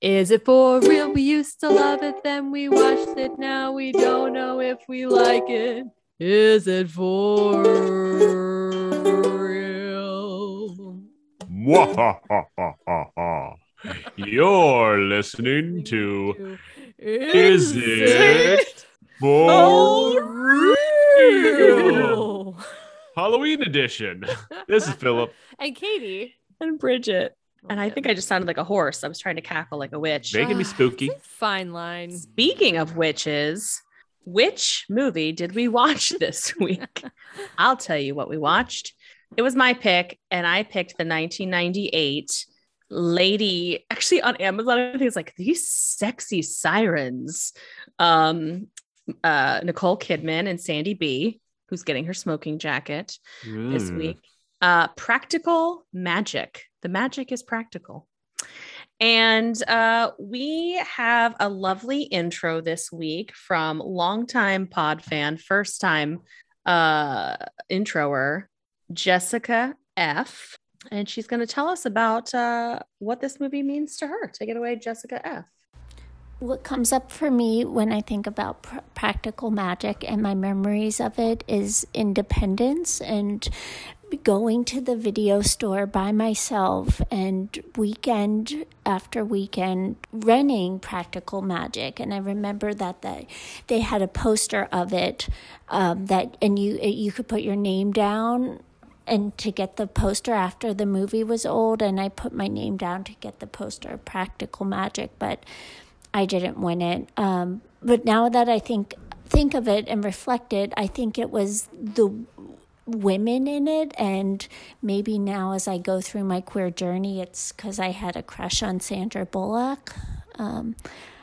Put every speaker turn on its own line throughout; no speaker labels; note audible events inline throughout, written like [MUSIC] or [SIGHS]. Is it for real? We used to love it, then we watched it. Now we don't know if we like it. Is it for real?
Mwahahahaha. You're listening to Is It For Real Halloween Edition. This is Philip.
and Katie.
and Bridget.
Oh,
And I think I just sounded like a horse. I was trying to cackle like a witch.
Making me
Ah,
spooky.
it's a Fine line.
Speaking of witches, which movie did we watch [LAUGHS] this week? I'll tell you what we watched. It was my pick, and I picked the 1998 lady. Actually, on Amazon, I think it's like these sexy sirens. Um, uh, Nicole Kidman and Sandy B, who's getting her smoking jacket this
Mm.
week. Uh, practical magic. The magic is practical. And uh, we have a lovely intro this week from longtime pod fan, first time uh, introer, Jessica F. And she's going to tell us about uh, what this movie means to her. Take it away, Jessica F.
What comes up for me when I think about pr- practical magic and my memories of it is independence and going to the video store by myself and weekend after weekend renting practical magic and i remember that that they had a poster of it um, that and you you could put your name down and to get the poster after the movie was old and i put my name down to get the poster of practical magic but I didn't win it. Um, but now that I think think of it and reflect it, I think it was the w- women in it, and maybe now as I go through my queer journey, it's because I had a crush on Sandra Bullock. Um,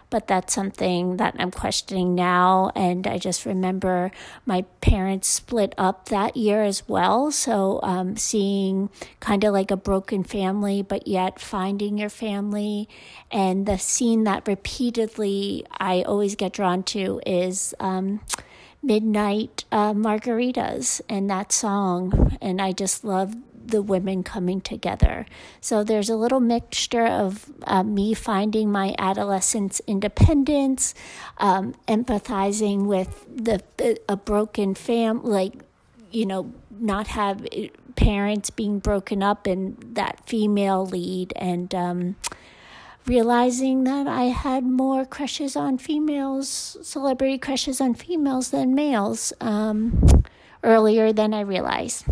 but that's something that I'm questioning now, and I just remember my parents split up that year as well. So um, seeing kind of like a broken family, but yet finding your family and the scene that repeatedly I always get drawn to is um, Midnight uh, Margaritas and that song. And I just love the women coming together. So there's a little mixture of uh, me finding my adolescence independence, um, empathizing with the a broken fam, like, you know, not have eh, parents being broken up and that female lead and, um, realizing that I had more crushes on females, celebrity crushes on females than males um, earlier than I realized.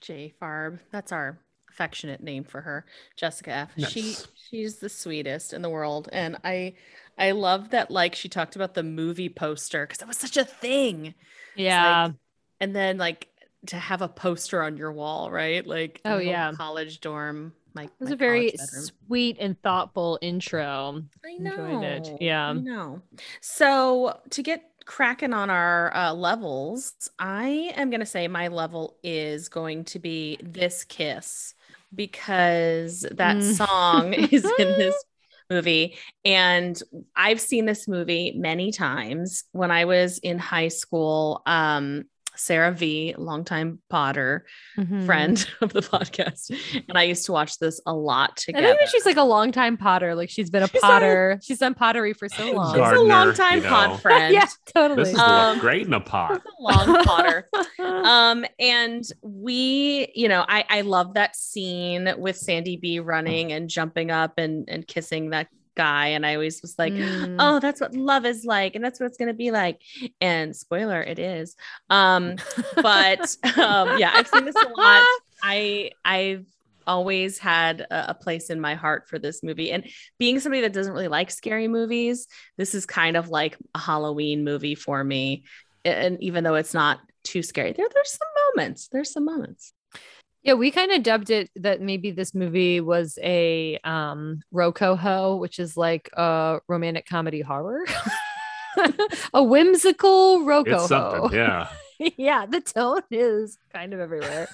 J Farb. That's our affectionate name for her, Jessica F. She
Nice.
she's the sweetest in the world, and I I love that like she talked about the movie poster because that was such a thing. It's
Yeah.
like- and then like to have a poster on your wall, right? Like
Oh,
my whole
yeah.
college dorm. My
it was
my
a very
college bedroom.
sweet and thoughtful intro.
I
enjoyed it.
know,
Yeah.
I know. So to get cracking on our uh, levels, I am going to say my level is going to be This Kiss because that
Mm.
song [LAUGHS] is in this
[LAUGHS]
movie. And I've seen this movie many times. When I was in high school, um, Sarah V, longtime Potter
Hmm. Mm-hmm.
friend [LAUGHS] of the podcast, and I used to watch this a lot
I
together.
think that she's like a longtime potter. Like she's been a
She's not a-
potter. she's done pottery for so long.
She's
Gardener,
a long time
you know.
pod friend.
[LAUGHS] yeah, totally.
Hmm. This is
Um,
great in a pot.
She's
[LAUGHS]
a long potter. Um, and we, you know, I I love that scene with Sandy B running and jumping up and and kissing that guy. And I always was like,
Mm.
oh, that's what love is like, and that's what it's gonna be like. And spoiler, it is. Um, but um, yeah, I've seen this a lot. I I've always had a, a place in my heart for this movie, and being somebody that doesn't really like scary movies, this is kind of like a Halloween movie for me. And even though it's not too scary, there there's some moments. There's some moments.
[LAUGHS] Yeah, we kind of dubbed it that maybe this movie was a um rocoho, which is like a romantic comedy horror. [LAUGHS] a whimsical
It's something.
rocoho.
Yeah.
[LAUGHS] Yeah. the tone is kind of everywhere.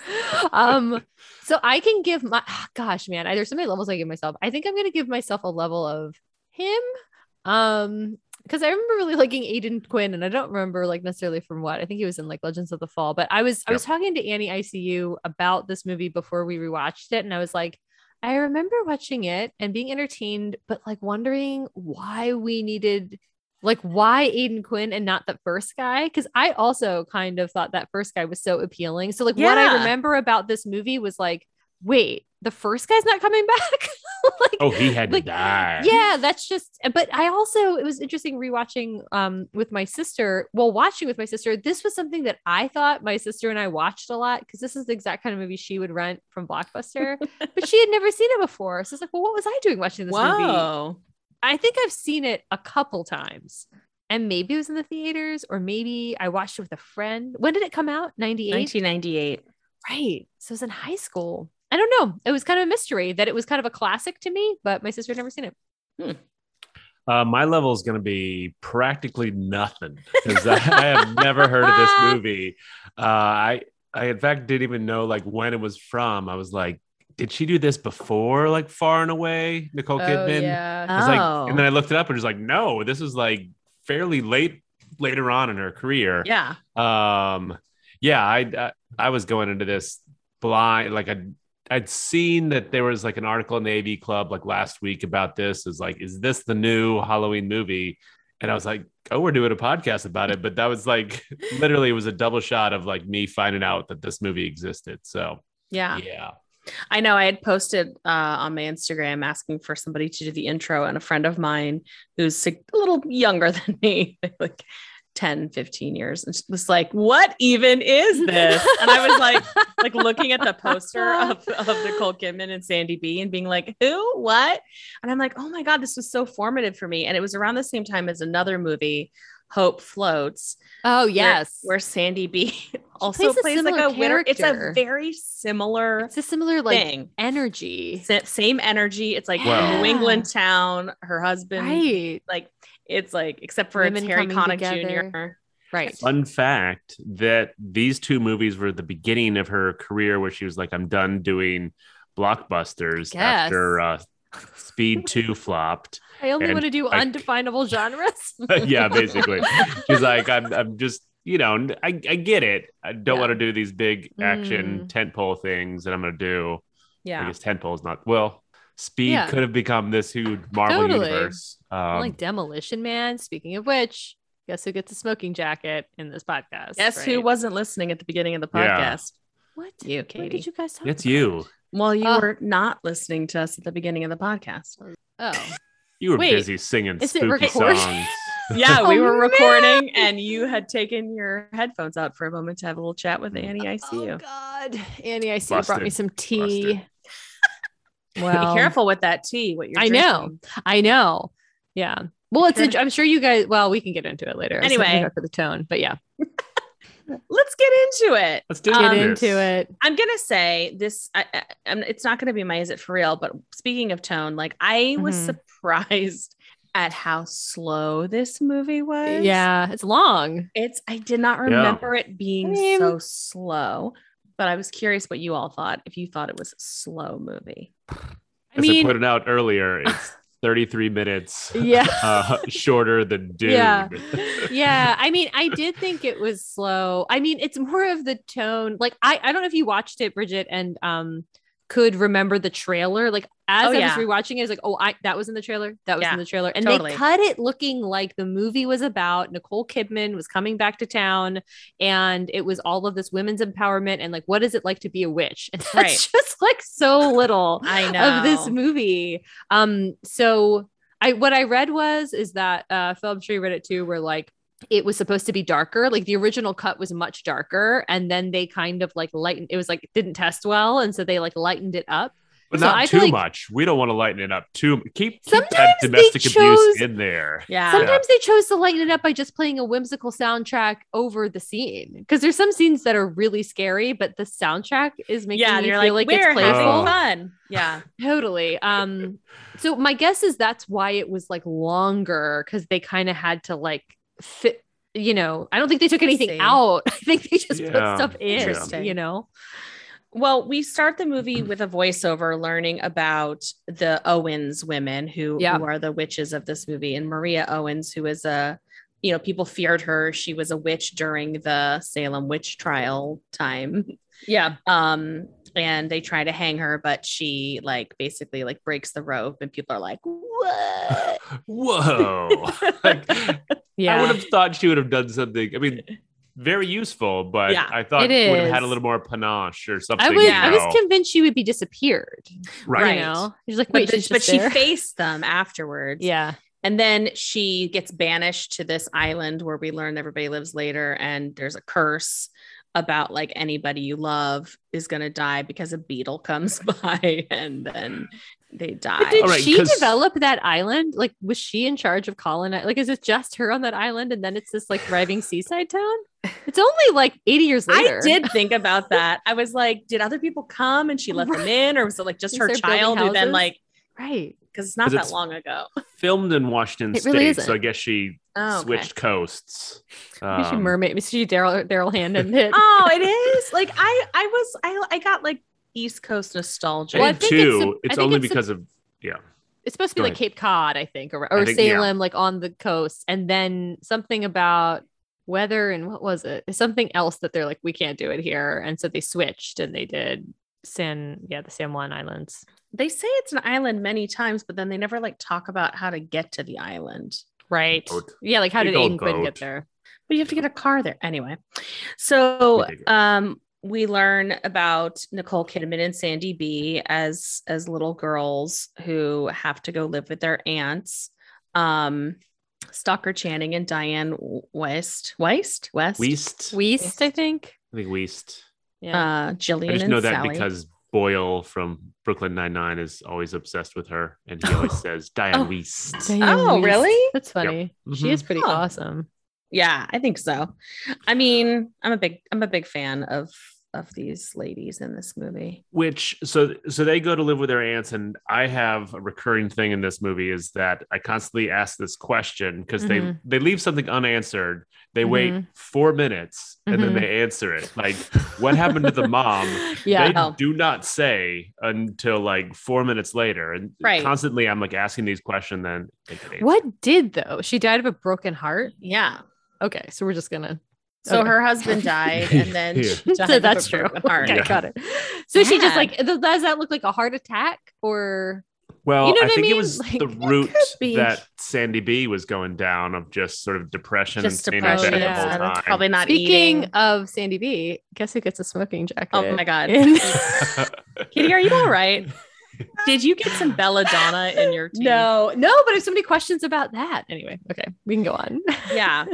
um so I can give my ah, gosh, man, I, there's so many levels I give myself. I think I'm going to give myself a level of him um because I remember really liking Aiden Quinn, and I don't remember like necessarily from what. I think he was in like Legends of the Fall, but I was I was talking to Annie ICU about this movie before we rewatched it, and I was like, I remember watching it and being entertained, but like wondering why we needed, like, why Aiden Quinn and not the first guy? Because I also kind of thought that first guy was so appealing. So, like, what I
Yeah.
remember about this movie was like, wait, the first guy's not coming back. [LAUGHS] like,
Oh, he had
Like,
to die.
yeah, that's just uh, but I also it was interesting rewatching um with my sister. Well, watching with my sister, this was something that I thought my sister and I watched a lot because this is the exact kind of movie she would rent from Blockbuster, but she had never seen it before. So it's like, well, what was I doing watching this movie?
Whoa.
I think I've seen it a couple times. And maybe it was in the theaters, or maybe I watched it with a friend. When did it come out? 98?
1998.
Right. So it was in high school. I don't know. It was kind of a mystery that it was kind of a classic to me, but my sister had never seen it.
Uh, my level is going to be practically nothing because I, I have never heard
[LAUGHS]
of this movie. Uh, I, I in fact didn't even know like when it was from. I was like, did she do this before like Far and Away? Nicole
Oh,
Kidman. I was like,
Oh.
and then I looked it up and it was like, no, this is like fairly late later on in her career.
yeah.
um yeah I, I i was going into this blind like i'd i'd seen that there was like an article in the av club like last week about this is like is this the new halloween movie and i was like oh we're doing a podcast about it but that was like [LAUGHS] literally it was a double shot of like me finding out that this movie existed so
Yeah.
yeah
I know I had posted uh, on my Instagram asking for somebody to do the intro, and a friend of mine who's sig- a little younger [LAUGHS] than me, like 10, 15 years, and she was like, What even is this? And I was
[LAUGHS]
like, like looking at the poster of, of Nicole Kidman and Sandy B and being like, Who? What? And I'm like, Oh my God, this was so formative for me. And it was around the same time as another movie. Hope floats.
Oh
where-
yes,
where, Sandy B [LAUGHS] also
plays
plays,
a
like
similar
a winner. It's a
character.
very similar
it's a similar like
thing.
energy,
Sa- same energy. It's like
Wow.
New England town. Her husband,
right?
like it's like except for it's
Women
Harry
coming
Connick
together.
Jr.
Right.
fun fact that these two movies were the beginning of her career where she was like i'm done doing blockbusters
Guess.
after uh
[LAUGHS]
speed 2 flopped [LAUGHS]
I only
and
want to do
I-
undefinable
[LAUGHS]
genres.
yeah, basically. She's like, I'm, I'm just, you know, n- I, I get it. I
Yeah.
don't
Mm.
want to do these big action tentpole things that I'm going to do. I
Yeah,
guess tentpole is not, well, Speed
Yeah.
could have become this huge Marvel
Totally.
universe. Um,
like Demolition Man. Speaking of which, guess who gets a smoking jacket in this podcast?
guess who
right?
wasn't listening at the beginning of the
Yeah.
podcast?
What?
You,
What
Katie.
did you guys talk?
it's
about?
you.
Well, you
Uh.
were not listening to us at the beginning of the podcast.
[LAUGHS] Oh,
You were
Wait,
busy singing
is it
spooky
recording?
songs.
Yeah, we
Oh,
were
man.
recording, and you had taken your headphones out for a moment to have a little chat with Annie. I see
oh
you.
God, Annie, I see you brought me
Busted.
some tea. [LAUGHS] Well,
Be careful with that tea. What you're
I know.
drinking.
I know. Yeah. Well, it's.
Sure.
int- I'm sure you guys. Well, we can get into it later. I was setting
Anyway.
it up for the tone, but yeah,
Let's get into it.
Let's do
[LAUGHS] get
Um,
this.
into it.
I'm gonna say this. I, I, I'm- it's not gonna be my is it for real. But speaking of tone, like I was
Mhm.
surprised [LAUGHS] at how slow this movie was.
Yeah, it's long.
it's. I did not remember it being
I mean-
so slow. But I was curious what you all thought. If you thought it was a slow movie,
I
As I
mean,
pointed out
[LAUGHS]
earlier, it's 33 minutes
yeah.
[LAUGHS] uh, shorter than
[LAUGHS]
Dune.
Yeah.
[LAUGHS]
yeah i mean i did think it was slow i mean it's more of the tone like i i don't know if you watched it bridget and um could remember the trailer like as
Oh,
i
yeah.
was rewatching it, I was like oh i that was in the trailer that was
Yeah,
in the trailer and
totally.
they cut it looking like the movie was about nicole kidman was coming back to town and it was all of this women's empowerment and like what is it like to be a witch [LAUGHS] and that's
Right.
just like so little
I know
of this movie. Um, so I what I read was is that uh film tree read it too, where like it was supposed to be darker, like the original cut was much darker, and then they kind of like lightened it was like it didn't test well, and so they like lightened it up.
But
So
not
I
too
feel like-
much. We don't want to lighten it up too. Keep, keep
Sometimes
that
they
domestic
chose-
abuse
[LAUGHS]
in there.
Yeah.
Sometimes they chose to lighten it up by just playing a whimsical soundtrack over the scene because there's some scenes that are really scary, but the soundtrack is making
yeah,
you
and you're
feel
like,
like,
we're
it's playful.
Oh.
having fun. Yeah,
Totally. Um so my guess is that's why it was like longer cuz they kind of had to like fit you know, I don't think they took anything
see.
out. [LAUGHS] I think they just
Yeah.
put stuff in,
Interesting.
you know.
Well, we start the movie with a voiceover learning about the Owens women who,
Yeah.
who are the witches of this movie and Maria Owens, who is a, you know, people feared her. She was a witch during the Salem witch trial time.
Yeah.
Um, and they try to hang her, but she like basically like breaks the rope, and people are like,
[LAUGHS]
"What?"
Whoa. Like, I
Yeah.
would have thought she would have done something. I mean, very useful, but
Yeah,
I thought
it
would have had a
is.
little more panache or something.
I was
you
I
know.
was convinced she would be disappeared. You
right.
[LAUGHS] Right.
know, she's like,
But,
wait,
the-
she's
but
just
she
there?
faced them
[LAUGHS]
afterwards.
Yeah.
And then she gets banished to this island where we learn everybody lives later. And there's a curse about like anybody you love is going to die because a beetle comes [LAUGHS] by and then they
But
die.
did
All right,
she
'cause-
develop that island? Like, was she in charge of colonizing? Like, is it just her on that island, and then it's this like thriving seaside town? It's only like eighty years
I
later. [LAUGHS]
did think about that. I was like, did other people come and she let them in, or was it like just
Since
her
they're building
child who then
houses?
like
right?
because it's not
'Cause
that
it's-
long ago.
Filmed in Washington
It
State,
really
so I
isn't.
guess she
Oh, okay.
switched coasts.
Maybe she
Um,
mermaid. Maybe she Daryl Daryl
[LAUGHS]
Handon did.
Oh, it is like I I was I I got like East Coast nostalgia.
Well, I
and
think it's
two,
a- I
it's
think
only
it's a-
because of yeah.
It's supposed to be
Go
like
ahead.
Cape Cod, I think, or, or
think- yeah.
Salem, like on the coast, and then something about weather and what was it? Something else that they're like, we can't do it here, and so they switched and they did San, yeah, the San Juan Islands.
They say it's an island many times, but then they never like talk about how to get to the island.
Right.
Boat.
Yeah. Like, how
Big
did
old
Aiden Quinn
boat.
get there?
But you have to get a car there anyway. So
Ridiculous.
um we learn about Nicole Kidman and Sandy B as as little girls who have to go live with their aunts. Um Stalker Channing and Diane West. West? West.
Weist.
Weast, I think.
I think Weist.
Yeah.
Uh Jillian
I just
and
know that
Sally.
because Boyle from Brooklyn Nine Nine is always obsessed with her, and he
[GASPS]
always says Diane
Oh.
Weist.
Oh, really?
That's funny. She
Mhm.
is pretty
Huh.
awesome.
Yeah, I think so. I mean, I'm a big I'm a big fan of of these ladies in this movie.
Which so so they go to live with their aunts, and I have a recurring thing in this movie is that I constantly ask this question because
Mhm.
Mm-hmm.
they they leave something unanswered. They wait
Mhm.
four minutes and
Mhm.
Mm-hmm.
then they answer it. Like, what happened to the mom?
[LAUGHS] Yeah.
they
Oh.
do not say until like four minutes later, and
Right.
constantly I'm like asking these questions. Then they get answered.
What did though? She died of a broken heart.
Yeah.
Okay, so we're just gonna.
So
Okay.
her
[LAUGHS]
husband died, and then
Yeah.
[LAUGHS]
she died
so that's
of a
true.
broken heart.
Okay,
Yeah.
got it. So she just
Sad.
like th- does that look like a heart attack or
Well,
You know
I
what I
think it
mean?
was
Like,
the
it
route
could be.
that Sandy B was going down of just sort of depression
Just
and staying out
depression.
there
yeah.
the whole
and
time. [LAUGHS]
Probably not
speaking
eating.
of Sandy B? Guess who gets a smoking jacket?
Oh my god,
In-
[LAUGHS]
[LAUGHS]
Kitty, are you all right? Did you get some belladonna in your tea?
no, no. But I have so many questions about that. Anyway, okay, we can go
[LAUGHS]
on.
Yeah.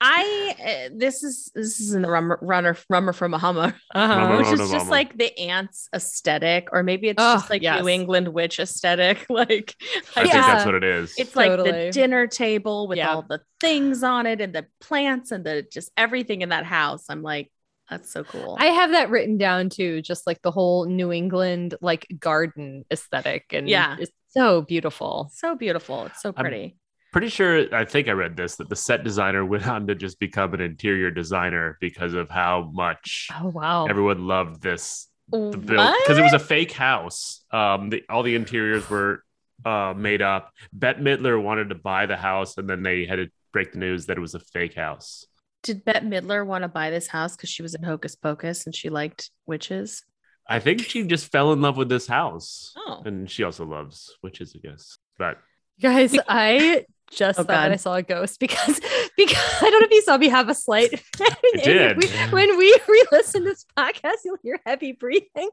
I uh, this is this is in the rummer runner rummer from a hummer,
Rummer
which
from a
is just
Hummer.
like the ants aesthetic, or maybe it's
Ugh,
just like
yes.
New England witch aesthetic. [LAUGHS] Like
I think
Yeah.
that's what it is.
It's like
Totally.
the dinner table with
Yeah.
all the things on it and the plants and the just everything in that house. I'm like, that's so cool.
I have that written down too, just like the whole New England like garden aesthetic, and
Yeah.
it's so beautiful.
so beautiful. It's so
I'm-
pretty.
Pretty sure I think I read this that the set designer went on to just become an interior designer because of how much
Oh wow!
everyone loved this the build
What?
because it was a fake house. Um, the, all the interiors were uh, made up. Bette Midler wanted to buy the house, and then they had to break the news that it was a fake house.
Did Bette Midler want to buy this house because she was in Hocus Pocus and she liked witches?
I think she just fell in love with this house.
Oh.
And she also loves witches, I guess. But
Guys, I just
Oh,
thought that
God.
I saw a ghost because [LAUGHS] because I don't know if you saw me have a slight. [LAUGHS] I
did.
when we [LAUGHS] re-listen to this podcast, you'll hear heavy breathing.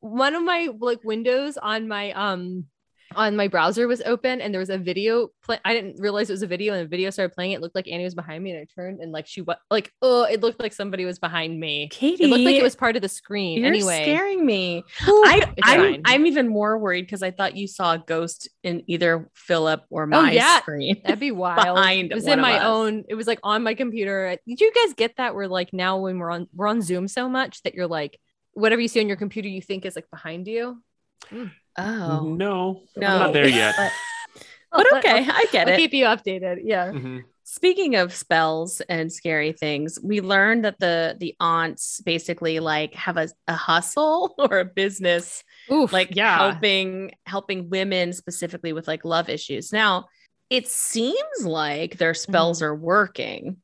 One of my like windows on my um on my browser was open and there was a video play I didn't realize it was a video and the video started playing. It looked like Annie was behind me and I turned and like she was like, oh, it looked like somebody was behind me.
Katie,
It looked like it was part of the screen.
you're
anyway,
scaring me.
Ooh,
I,
it's
I'm,
fine.
I'm even more worried because I thought you saw a ghost in either Philip or my
Oh, yeah.
screen.
That'd be wild.
Behind
it was
one
in
of
my
us.
own. It was like on my computer. Did you guys get that? Where like now when we're on we're on Zoom so much that you're like whatever you see on your computer you think is like behind you.
[LAUGHS]
Mm-hmm.
Oh,
no,
no.
I'm not there yet.
But-
[LAUGHS]
But
I'll-
okay,
I'll,
I get
I'll
it.
keep you updated. Yeah.
Mhm.
Speaking of spells and scary things, we learned that the the aunts basically like have a, a hustle [LAUGHS] or a business
Oof.
like helping helping women specifically with
Mm-hmm.
like love issues. Now, it seems like their spells are working.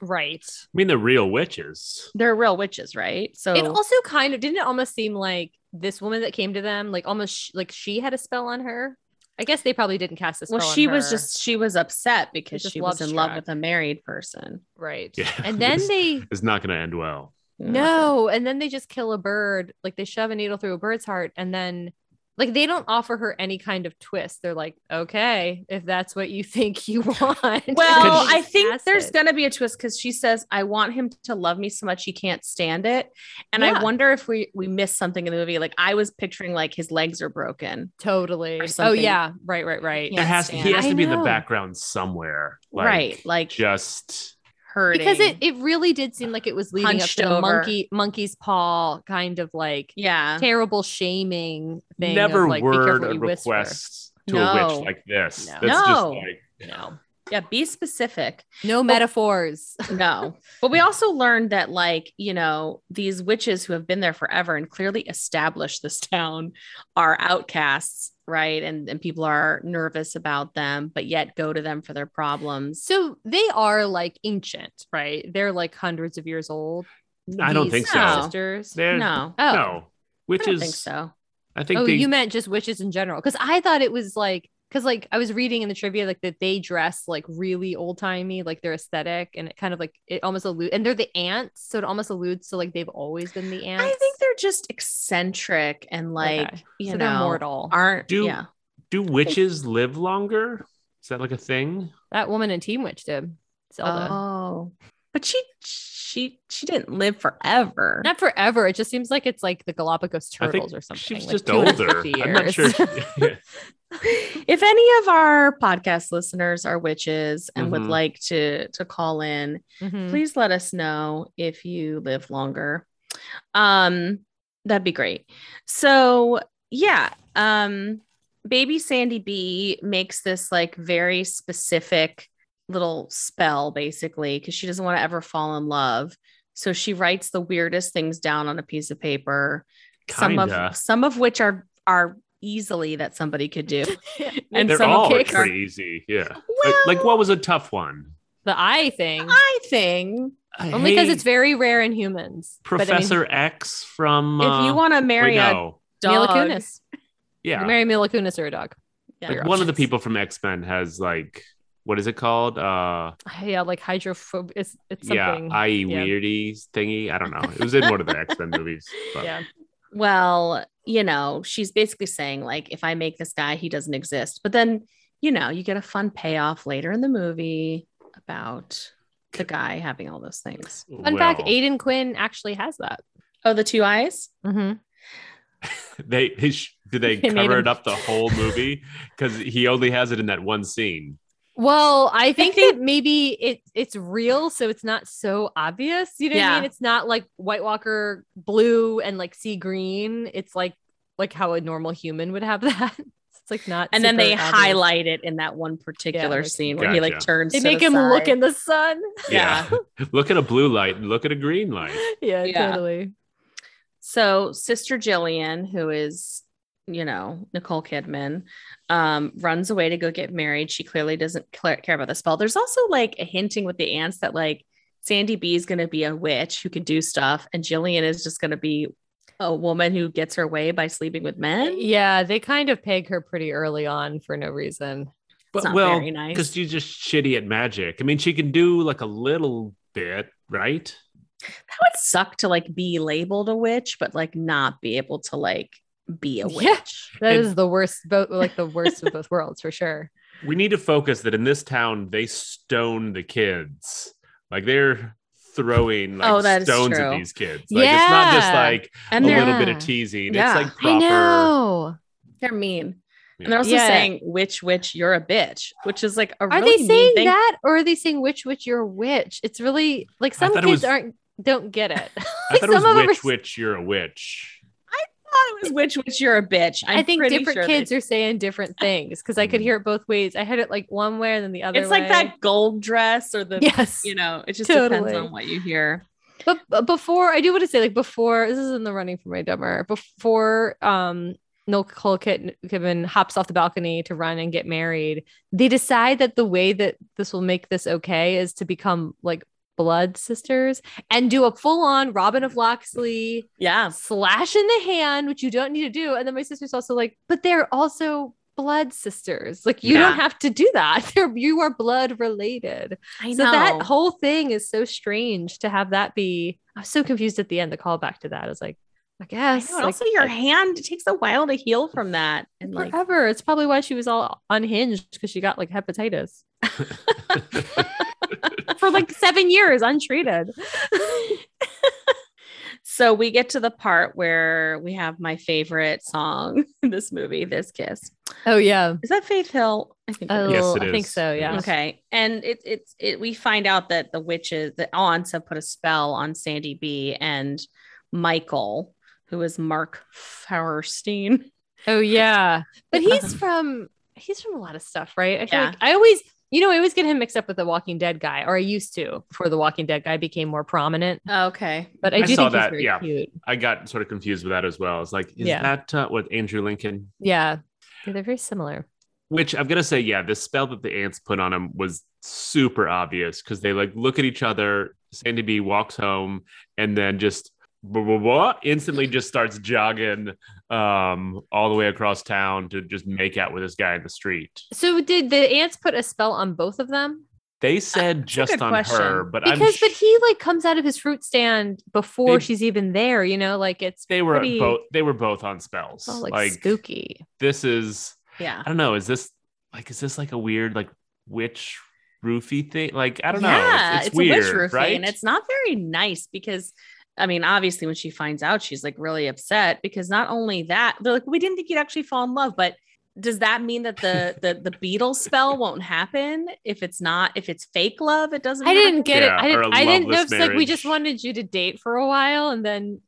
right.
mean, the real witches.
They're real witches, right? So
It also kind of didn't it almost seem like this woman that came to them, like almost sh- like she had a spell on her. I guess they probably didn't cast a spell.
well,
on
she was
her.
just she was upset because
just
she was
love
in love
struck.
with a married person.
right.
Yeah.
And then
It's-
they
It's not going to end well.
Yeah.
no, and then they just kill a bird. Like they shove a needle through a bird's heart, and then like they don't offer her any kind of twist. They're like, okay, if that's what you [LAUGHS] think you want. And
Well,
she
I
just
think
casts
there's
it.
going to be a twist because she says, "I want him to love me so much he can't stand it," and
Yeah.
I wonder if we we missed something in the movie. Like I was picturing like his legs are broken,
totally.
or
Oh
something.
yeah, right, right, right.
Yeah.
There has to, he
stand.
has
I
to be in the
know.
background somewhere. Like,
right? Like
Just
hurting
Because it, it really did seem like it was leading
Hunched
up to the
over.
monkey monkey's paw kind of like
yeah.
terrible shaming thing.
never
of, like, be
word
careful
a
what you whisper.
request to a
No.
witch like this.
No.
That's just
No.
like,
No. Yeah, be specific.
No metaphors.
No. But we also learned that, like, you know, these witches who have been there forever and clearly established this town are outcasts, right? And and people are nervous about them, but yet go to them for their problems.
So they are like ancient, right? They're like hundreds of years old.
I don't
these
think
No.
so.
Sisters.
They're-
no.
oh,
No.
I
Witches.
don't think so.
I think
oh,
they,
you meant just witches in general? Because I thought it was like because like I was reading in the trivia like that they dress like really old timey, like their aesthetic, and it kind of like it almost alludes, and they're the ants, so it almost alludes to like they've always been the ants.
I think they're just eccentric and like,
Okay.
you
so
know,
they're mortal.
aren't
Do-
yeah.
do witches live longer? Is that like a thing?
That woman in Team Witch did Zelda.
Oh. But she she she didn't live forever.
Not forever. It just seems like it's like the Galapagos
I think
turtles or something.
She's
like
just
250
older. I'm not sure.
[LAUGHS] years.
Yeah.
[LAUGHS] if any of our podcast listeners are witches and would
Mhm.
like to to call in
Mm-hmm.
Mhm.
please let us know if you live longer um that'd be great so yeah um baby sandy b makes this like very specific little spell basically because she doesn't want to ever fall in love so she writes the weirdest things down on a piece of paper some
Kinda.
of some of which are are easily that somebody could do [LAUGHS] and
They're
some
all
cakes are-
pretty easy. Yeah. [LAUGHS] Like-
well,
like, what was a tough one?
The eye thing.
I think
I
Only because
hate
it's very rare in humans. But I mean,
Professor X from.
if you
uh,
want to
wait,
marry a
no.
Mila
dog,
Kunis. You
Yeah.
marry Mila Kunis or a dog.
Yeah.
Like, one of the people from X Men has like what is it called? Uh,
Yeah, like hydrophobia. It's, it's
yeah,
something.
I E
yeah.
weirdy thingy. I don't know. It was in one of
[LAUGHS]
the X Men movies. But
yeah.
Well, you know, she's basically saying like, if I make this guy, he doesn't exist. But then, you know, you get a fun payoff later in the movie about the guy having all those things.
Fun fact Aiden Quinn actually has that.
Oh, the two eyes.
They they sh- did
[LAUGHS]
they
They made
cover
him-
it up the whole movie because he only has it in that
[LAUGHS]
one scene.
Well,
[LAUGHS]
I think
think-
that maybe it it's real, so it's not so obvious. You know what I
Yeah.
mean? It's not like White Walker blue and like sea green. It's like like how a normal human would have [LAUGHS] that. It's like not.
And then
super
they
obvious.
highlight it in that one particular
like-
scene where he like
Gotcha.
turns.
They
to
make
the
him look
side.
in the sun.
Yeah.
[LAUGHS] look at a blue light and look at a green light.
[LAUGHS] yeah,
Yeah.
totally.
So sister Jillian, who is, you know, Nicole Kidman, um, runs away to go get married. She clearly doesn't cla- care about the spell. There's also like a hinting with the ants that like Sandy B is going to be a witch who can do stuff, and Jillian is just going to be a woman who gets her way by sleeping with men.
Yeah, they kind of peg her pretty early on for no reason.
But
not
well,
very nice.
because she's just shitty at magic. I mean, she can do like a little bit, right?
That would suck to like be labeled a witch, but like not be able to like be a
Yeah.
witch.
That
And-
is the worst, both like the worst of both worlds for sure.
We need to focus that in this town they stone the kids. Like they're throwing like
Oh, that is
stones at
true.
these kids. Like it's not just
Yeah.
like
And
a
they're
little bit
Yeah.
of teasing.
Yeah.
It's like proper.
[LAUGHS] I know.
they're mean.
Yeah.
And they're also
Yeah.
saying, which witch, you're a bitch, which is like a
Are
really
they
mean
saying
thing.
that, or are they saying which which you're a witch? It's really like some
thought it
kids
was-
aren't don't get [LAUGHS] it.
I thought it
some of
was
them
witch,
are-
witch, you're a witch.
thought it was which which you're a bitch.
i
I'm
think
pretty
different
sure they-
kids are saying different things because I could
Mm.
hear it both ways. I heard it like one way and then the other.
it's like
way. [LAUGHS]
that gold dress or the
Yes.
you know, it just depends
Totally.
on what you hear.
but, but before I do want to say like before this is in the running for my dumber before um Nicole Kid- Kidman hops off the balcony to run and get married they decide that the way that this will make this okay is to become like blood sisters and do a full-on robin of loxley
Yeah.
slash in the hand which you don't need to do and then my sister's also like but they're also blood sisters like you don't
Yeah.
have to do that [LAUGHS] they're, you are blood related
I
so that whole thing is so strange to have that be i was so confused at the end the callback to that is like i
I
guess
know, and
like,
also, your
like,
hand it takes a while to heal from that, and like
forever it's probably why she was all unhinged because she got like hepatitis
[LAUGHS]
for like seven years untreated
So we get to the part where we have my favorite song [LAUGHS] in this movie, This Kiss.
oh yeah
Is that Faith Hill? I think it
oh
is.
Yes, it
i think
is.
so
It
yeah
is.
Okay. And it it's it we find out that the witches that Ansa put a spell on Sandy B and Michael, who is Mark Fauerstein.
Oh yeah,
[LAUGHS]
but he's
Um,
from he's from a lot of stuff, right? I feel
yeah.
like I always, you know, I always get him mixed up with the Walking Dead guy, or I used to before the Walking Dead guy became more prominent.
Okay.
But I
I
do
saw
think he's
that,
very
yeah.
cute.
I got sort of confused with that as well. It's like, is
Yeah.
that uh, what Andrew Lincoln?
Yeah. yeah, they're very similar.
Which I'm gonna say, yeah, the spell that the ants put on him was super obvious because they like look at each other. Sandy B walks home and then just blah, blah, blah, instantly just starts jogging um, all the way across town to just make out with this guy in the street.
So did the ants put a spell on both of them?
They said just
good
on
question.
her, but I'm
Because,
sh-
but he like comes out of his fruit stand before
They-
she's even there. You know, like it's
they were
pretty-
both they were both on spells.
all, like,
like
spooky.
this is
Yeah.
I don't know. Is this like is this like a weird like witch roofy thing? Like I don't know.
yeah,
It's, it's, weird,
a witch roofie,
right?
and it's not very nice because I mean, obviously, when she finds out, she's like really upset because not only that, they're like, we didn't think you'd actually fall in love, but does that mean
[LAUGHS]
that the the the beetle spell won't happen if it's not if it's fake love? It doesn't.
I
happen?
didn't get
Yeah,
it. I
or
didn't.
a
I didn't know.
loveless
It's like we just
marriage.
wanted you to date for a while, and then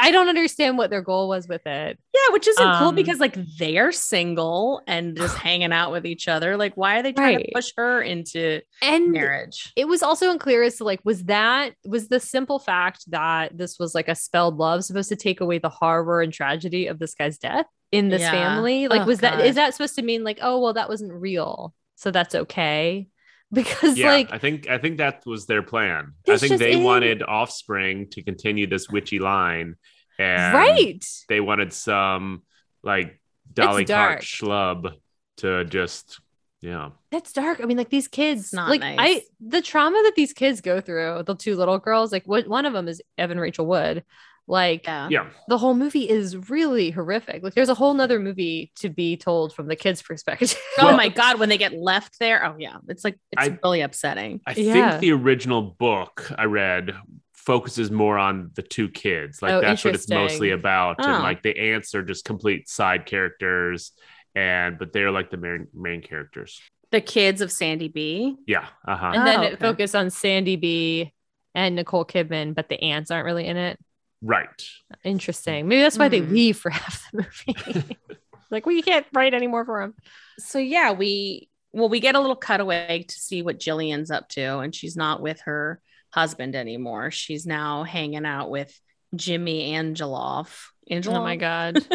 I don't understand what their goal was with it.
Yeah, which isn't cool
Um,
because like they're single and
[SIGHS]
just hanging out with each other. Like, why are they trying
Right. Mm.
to push her into
And
marriage?
it was also unclear as to like was that was the simple fact that this was like a spelled love supposed to take away the horror and tragedy of this guy's death in this
Yeah.
family? Like
Oh,
was that
God.
is that supposed to mean like oh well that wasn't real, so that's okay? [LAUGHS] Because
yeah,
like
I think I think that was their plan. I
This
think
just
they
in-
wanted offspring to continue this witchy line, and
right.
they wanted some like Dolly
dark.
Clark schlub to just yeah.
That's dark. I mean, like these kids,
not
like
nice.
I, the trauma that these kids go through, the two little girls, like what one of them is Evan Rachel Wood. Like
Yeah.
Yeah,
the whole movie is really horrific. Like there's a whole nother movie to be told from the kids' perspective.
oh my god, when they get left there. Oh yeah, it's like it's
I-
really upsetting.
I
Yeah.
think the original book I read focuses more on the two kids. Like
Oh,
that's what it's mostly
interesting.
about.
Oh.
And like the ants are just complete side characters, and but they're like the main main characters.
The kids of Sandy B.
Yeah. Uh huh.
And then
Oh,
it
okay.
focused on Sandy B and Nicole Kidman, but the ants aren't really in it.
Right.
Interesting. Maybe that's why they
Hmm.
leave for [LAUGHS] half the movie. like, well, you can't write anymore for them.
So yeah, we well we get a little cutaway to see what Jillian's up to, and she's not with her husband anymore. She's now hanging out with Jimmy Angeloff. Angeloff.
Oh my god.
[LAUGHS]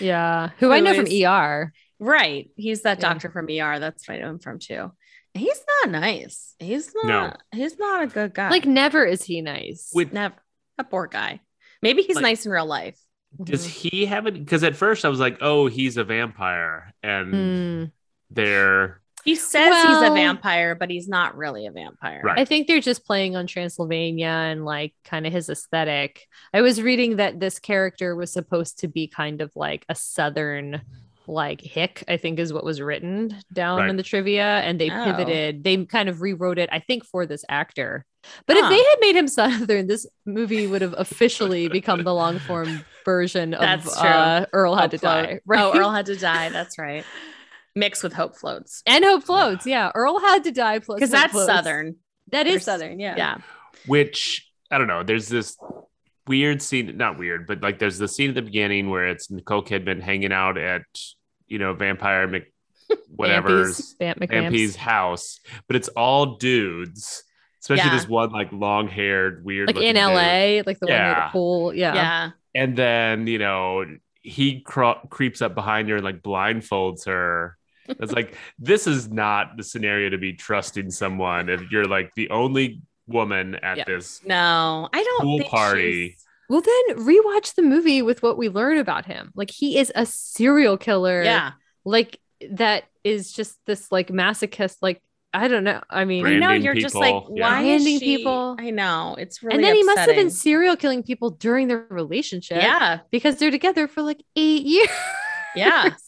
yeah. Who I
Who
know from
is-
ER.
Right. He's that
Yeah.
doctor from ER. That's what I know him from too. He's not nice. He's
No.
not he's not a good guy.
Like never is he nice.
With
never that poor guy. Maybe he's
Like-
nice in real life.
does
Mm.
he have it? Because at first I was like, oh, he's a vampire, and
Mm.
they're
He says he's a
Well-
vampire, but he's not really a vampire.
Right.
I think they're just playing on Transylvania and like kind of his aesthetic. I was reading that this character was supposed to be kind of like a southern like hick, I think is what was written down
Right.
in the trivia and they
Oh.
pivoted. They kind of rewrote it I think for this actor. But
Huh.
if they had made him [LAUGHS] southern, this movie would have officially become the long form version of
That's true.
uh, Earl had to
Hope Float.
die. Right?
Oh, Earl had to die. That's right. Mixed with Hope Floats.
[LAUGHS] and Hope Floats. Yeah, Earl had to die plus
Because
Hope
that's
Floats.
Southern.
That
There's-
is southern, yeah.
Yeah.
which I don't know. There's this weird scene, not weird, but like there's the scene at the beginning where it's Nicole Kidman hanging out at you know
[LAUGHS]
vampire Mc whatever's
Vamp
MP's house, but it's all dudes, especially
Yeah.
this one like long haired weird
like in
looking dude.
LA, like the one near
Yeah.
the pool.
Yeah.
Yeah.
and then you know he cro- creeps up behind her and like blindfolds her. [LAUGHS] It's like this is not the scenario to be trusting someone if you're like the only woman at
Yeah.
this.
No, I don't.
Pool
think
party.
she's-
Well, then rewatch the movie with what we learn about him. Like he is a serial killer.
Yeah,
Like that is just this like masochist. Like I don't know. I mean,
Branding
I know. You're just like,
people, yeah.
why is
Branding
she-
people.
I know. It's really.
and then he must have been
upsetting.
serial killing people during their relationship.
Yeah,
because they're together for like eight years.
yeah.
[LAUGHS]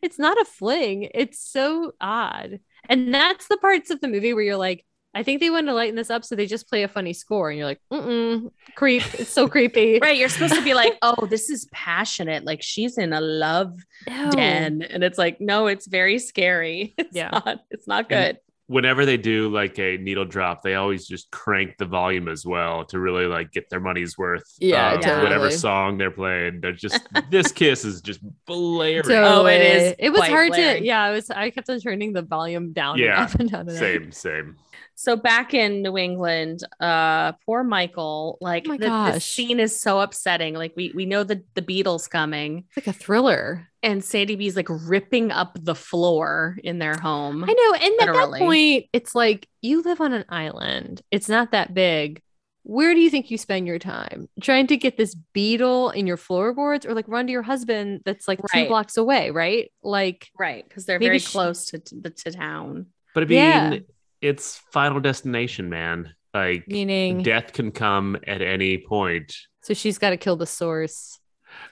it's not a fling. It's so odd. And that's the parts of the movie where you're like, I think they want to lighten this up, so they just play a funny score, and you're like, mm creep. It's
[LAUGHS]
so creepy.
right. You're supposed to be
[LAUGHS]
like, oh, this is passionate. Like she's in a love
No.
den, and it's like, no, it's very scary. [LAUGHS] It's
Oh. Yeah.
not, it's not good.
Whenever they do like a needle drop, they always just crank the volume as well to really like get their money's worth.
Yeah,
of Whatever
totally.
song they're playing, they're
[LAUGHS]
just this kiss is just blaring.
Oh, it is
Totally. It was
quite
hard
blaring.
to. Yeah, I was. I kept on turning the volume down.
Yeah,
And up and down and up.
Same, same.
So back in New England, uh, poor Michael. Like
Oh my
the, this
gosh.
scene is so upsetting. Like we we know the the Beatles coming,
It's like a thriller.
and Sandy B's like ripping up the floor in their home.
I know. And at
Literally.
that point, it's like you live on an island. It's not that big. Where do you think you spend your time? Trying to get this beetle in your floorboards or like run to your husband that's like
Right.
two blocks away, right? Like,
Right, because they're
Maybe
very
she-
close to to the to town.
But I mean,
Yeah.
it's Final Destination, man. Like
meaning,
death can come at any point.
so she's got to kill the source.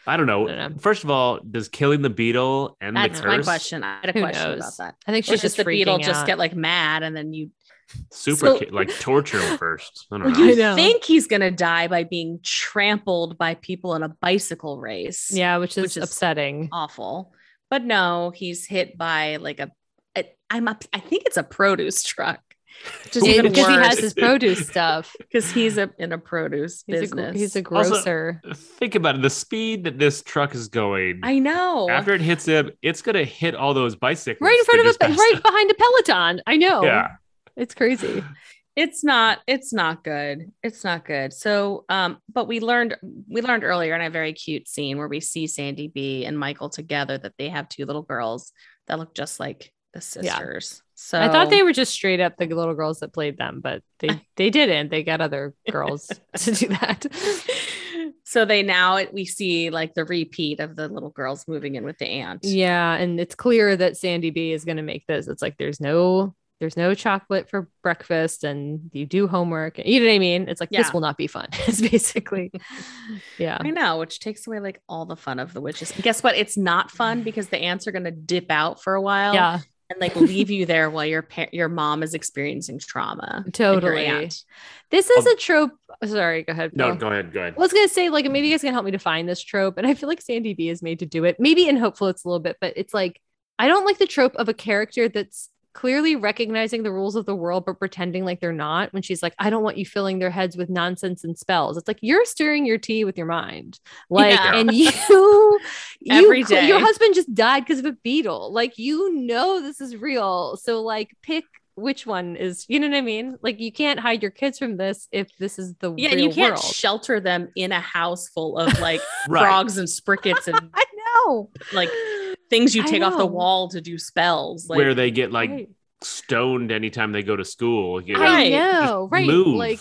I don't know.
I don't know.
First of all, does killing the beetle end
That's
the curse?
my question. I had a
Who
question
knows?
about that.
I think
Or
she's
does
just
the
freaking
beetle
out.
just get like mad, and then you
Super,
So-
ki- like torture him first.
[LAUGHS]
I don't
Well,
know.
[LAUGHS]
you- know.
think he's gonna die by being trampled by people in a bicycle race.
yeah, which is,
which is-
upsetting.
awful. But no, he's hit by like a. a I'm up. I think it's a produce truck. Just
Yeah,
Yeah,
even
Because he has
worse
his produce
[LAUGHS]
stuff.
because he's a, in a produce
He's a, gr-
business.
he's a
Also-
grocer.
Think about it. The speed that this truck is going.
I know.
after it hits him, it's gonna hit all those bicycles
right in
that
front of
just
a,
passed
right
[LAUGHS] him.
behind a Peloton. I know.
Yeah,
It's crazy.
it's not it's not good it's not good so um but we learned we learned earlier in a very cute scene where we see sandy b and michael together that they have two little girls that look just like the sisters so
I thought they were just straight up the little girls that played them, but they they didn't. They got other [LAUGHS] girls to do that.
so they now we see like the repeat of the little girls moving in with the aunt
Yeah, and it's clear that Sandy B is going to make this. It's like there's no there's no chocolate for breakfast, and you do homework. You know what I mean? It's like
Yeah.
this will not be fun. [LAUGHS] It's [LAUGHS] basically, yeah.
I know, which takes away like all the fun of the witches. And guess what? It's
[SIGHS]
not fun because the ants are going to dip out for a while
Yeah,
and like leave you there while your par- your mom is
[LAUGHS]
experiencing trauma. and your
totally.
aunt.
This is
Um,
a trope. Sorry, go ahead.
no,
Bill.
go ahead, go ahead.
I was gonna say, like, maybe you guys can help me define this trope, and I feel like Sandy B is made to do it. Maybe in Hopeful it's a little bit, but it's like I don't like the trope of a character that's clearly recognizing the rules of the world but pretending like they're not. When she's like, "I don't want you filling their heads with nonsense and spells," it's like you're stirring your tea with your mind, like,
Yeah.
and
[LAUGHS]
you, you
Every
cl- your
day.
husband just died because of a beetle. Like, you know this is real, so like, pick. Which one is you know what I mean? Like you can't hide your kids from this if this is the
Yeah,
real
and you can't
world.
shelter them in a house
[LAUGHS]
full of like
Right,
frogs and sprickets and
I know.
like things you
I
take off the
know.
wall to do spells. Like,
where they get like
Right.
stoned anytime they go to school. You know?
Right.
I
Just
know, right?
Move.
Like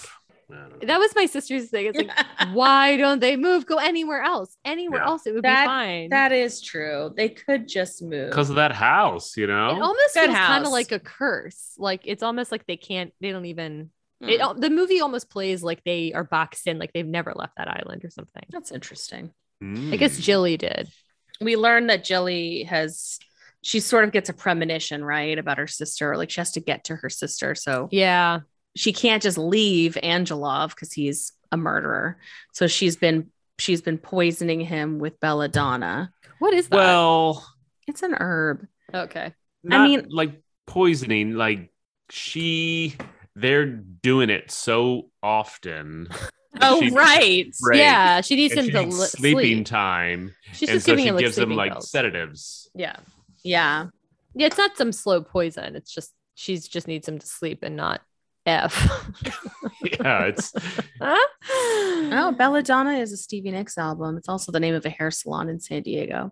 I don't know.
that was my sister's thing. It's like,
[LAUGHS]
why don't they move? Go anywhere else. Anywhere
Yeah.
else, it would
That-
be fine.
[LAUGHS] that is true. They could just move.
because of that house, you
it
know.
almost
Good
feels kind
house.
of like a curse. Like it's almost like they can't. They don't even.
Hmm,
It al the movie almost plays like they are boxed in, like they've never left that island or something.
That's interesting.
Hmm.
I guess Jilly did.
we learn that Jilly has she sort of gets a premonition, right, about her sister. Like she has to get to her sister, so
Yeah,
she can't just leave Angelov because he's a murderer. So she's been she's been poisoning him with belladonna.
what is that?
Well,
It's an herb.
okay,
not
mean-
like poisoning. Like she, they're doing it so often.
Oh
She-
right,
Right.
yeah, she needs
And
him
she
to
needs
li-
sleeping
sleep.
time,
She's
and
just
so
giving
she
him like
gives them
sleeping
like
pills.
[LAUGHS]
sedatives. [LAUGHS]
yeah,
[LAUGHS] yeah,
yeah. It's not some slow poison. It's just she's just needs him to sleep and not f. [LAUGHS]
yeah, it's
Huh?
Oh, belladonna is a Stevie Nicks album. It's also the name of a hair salon in San Diego.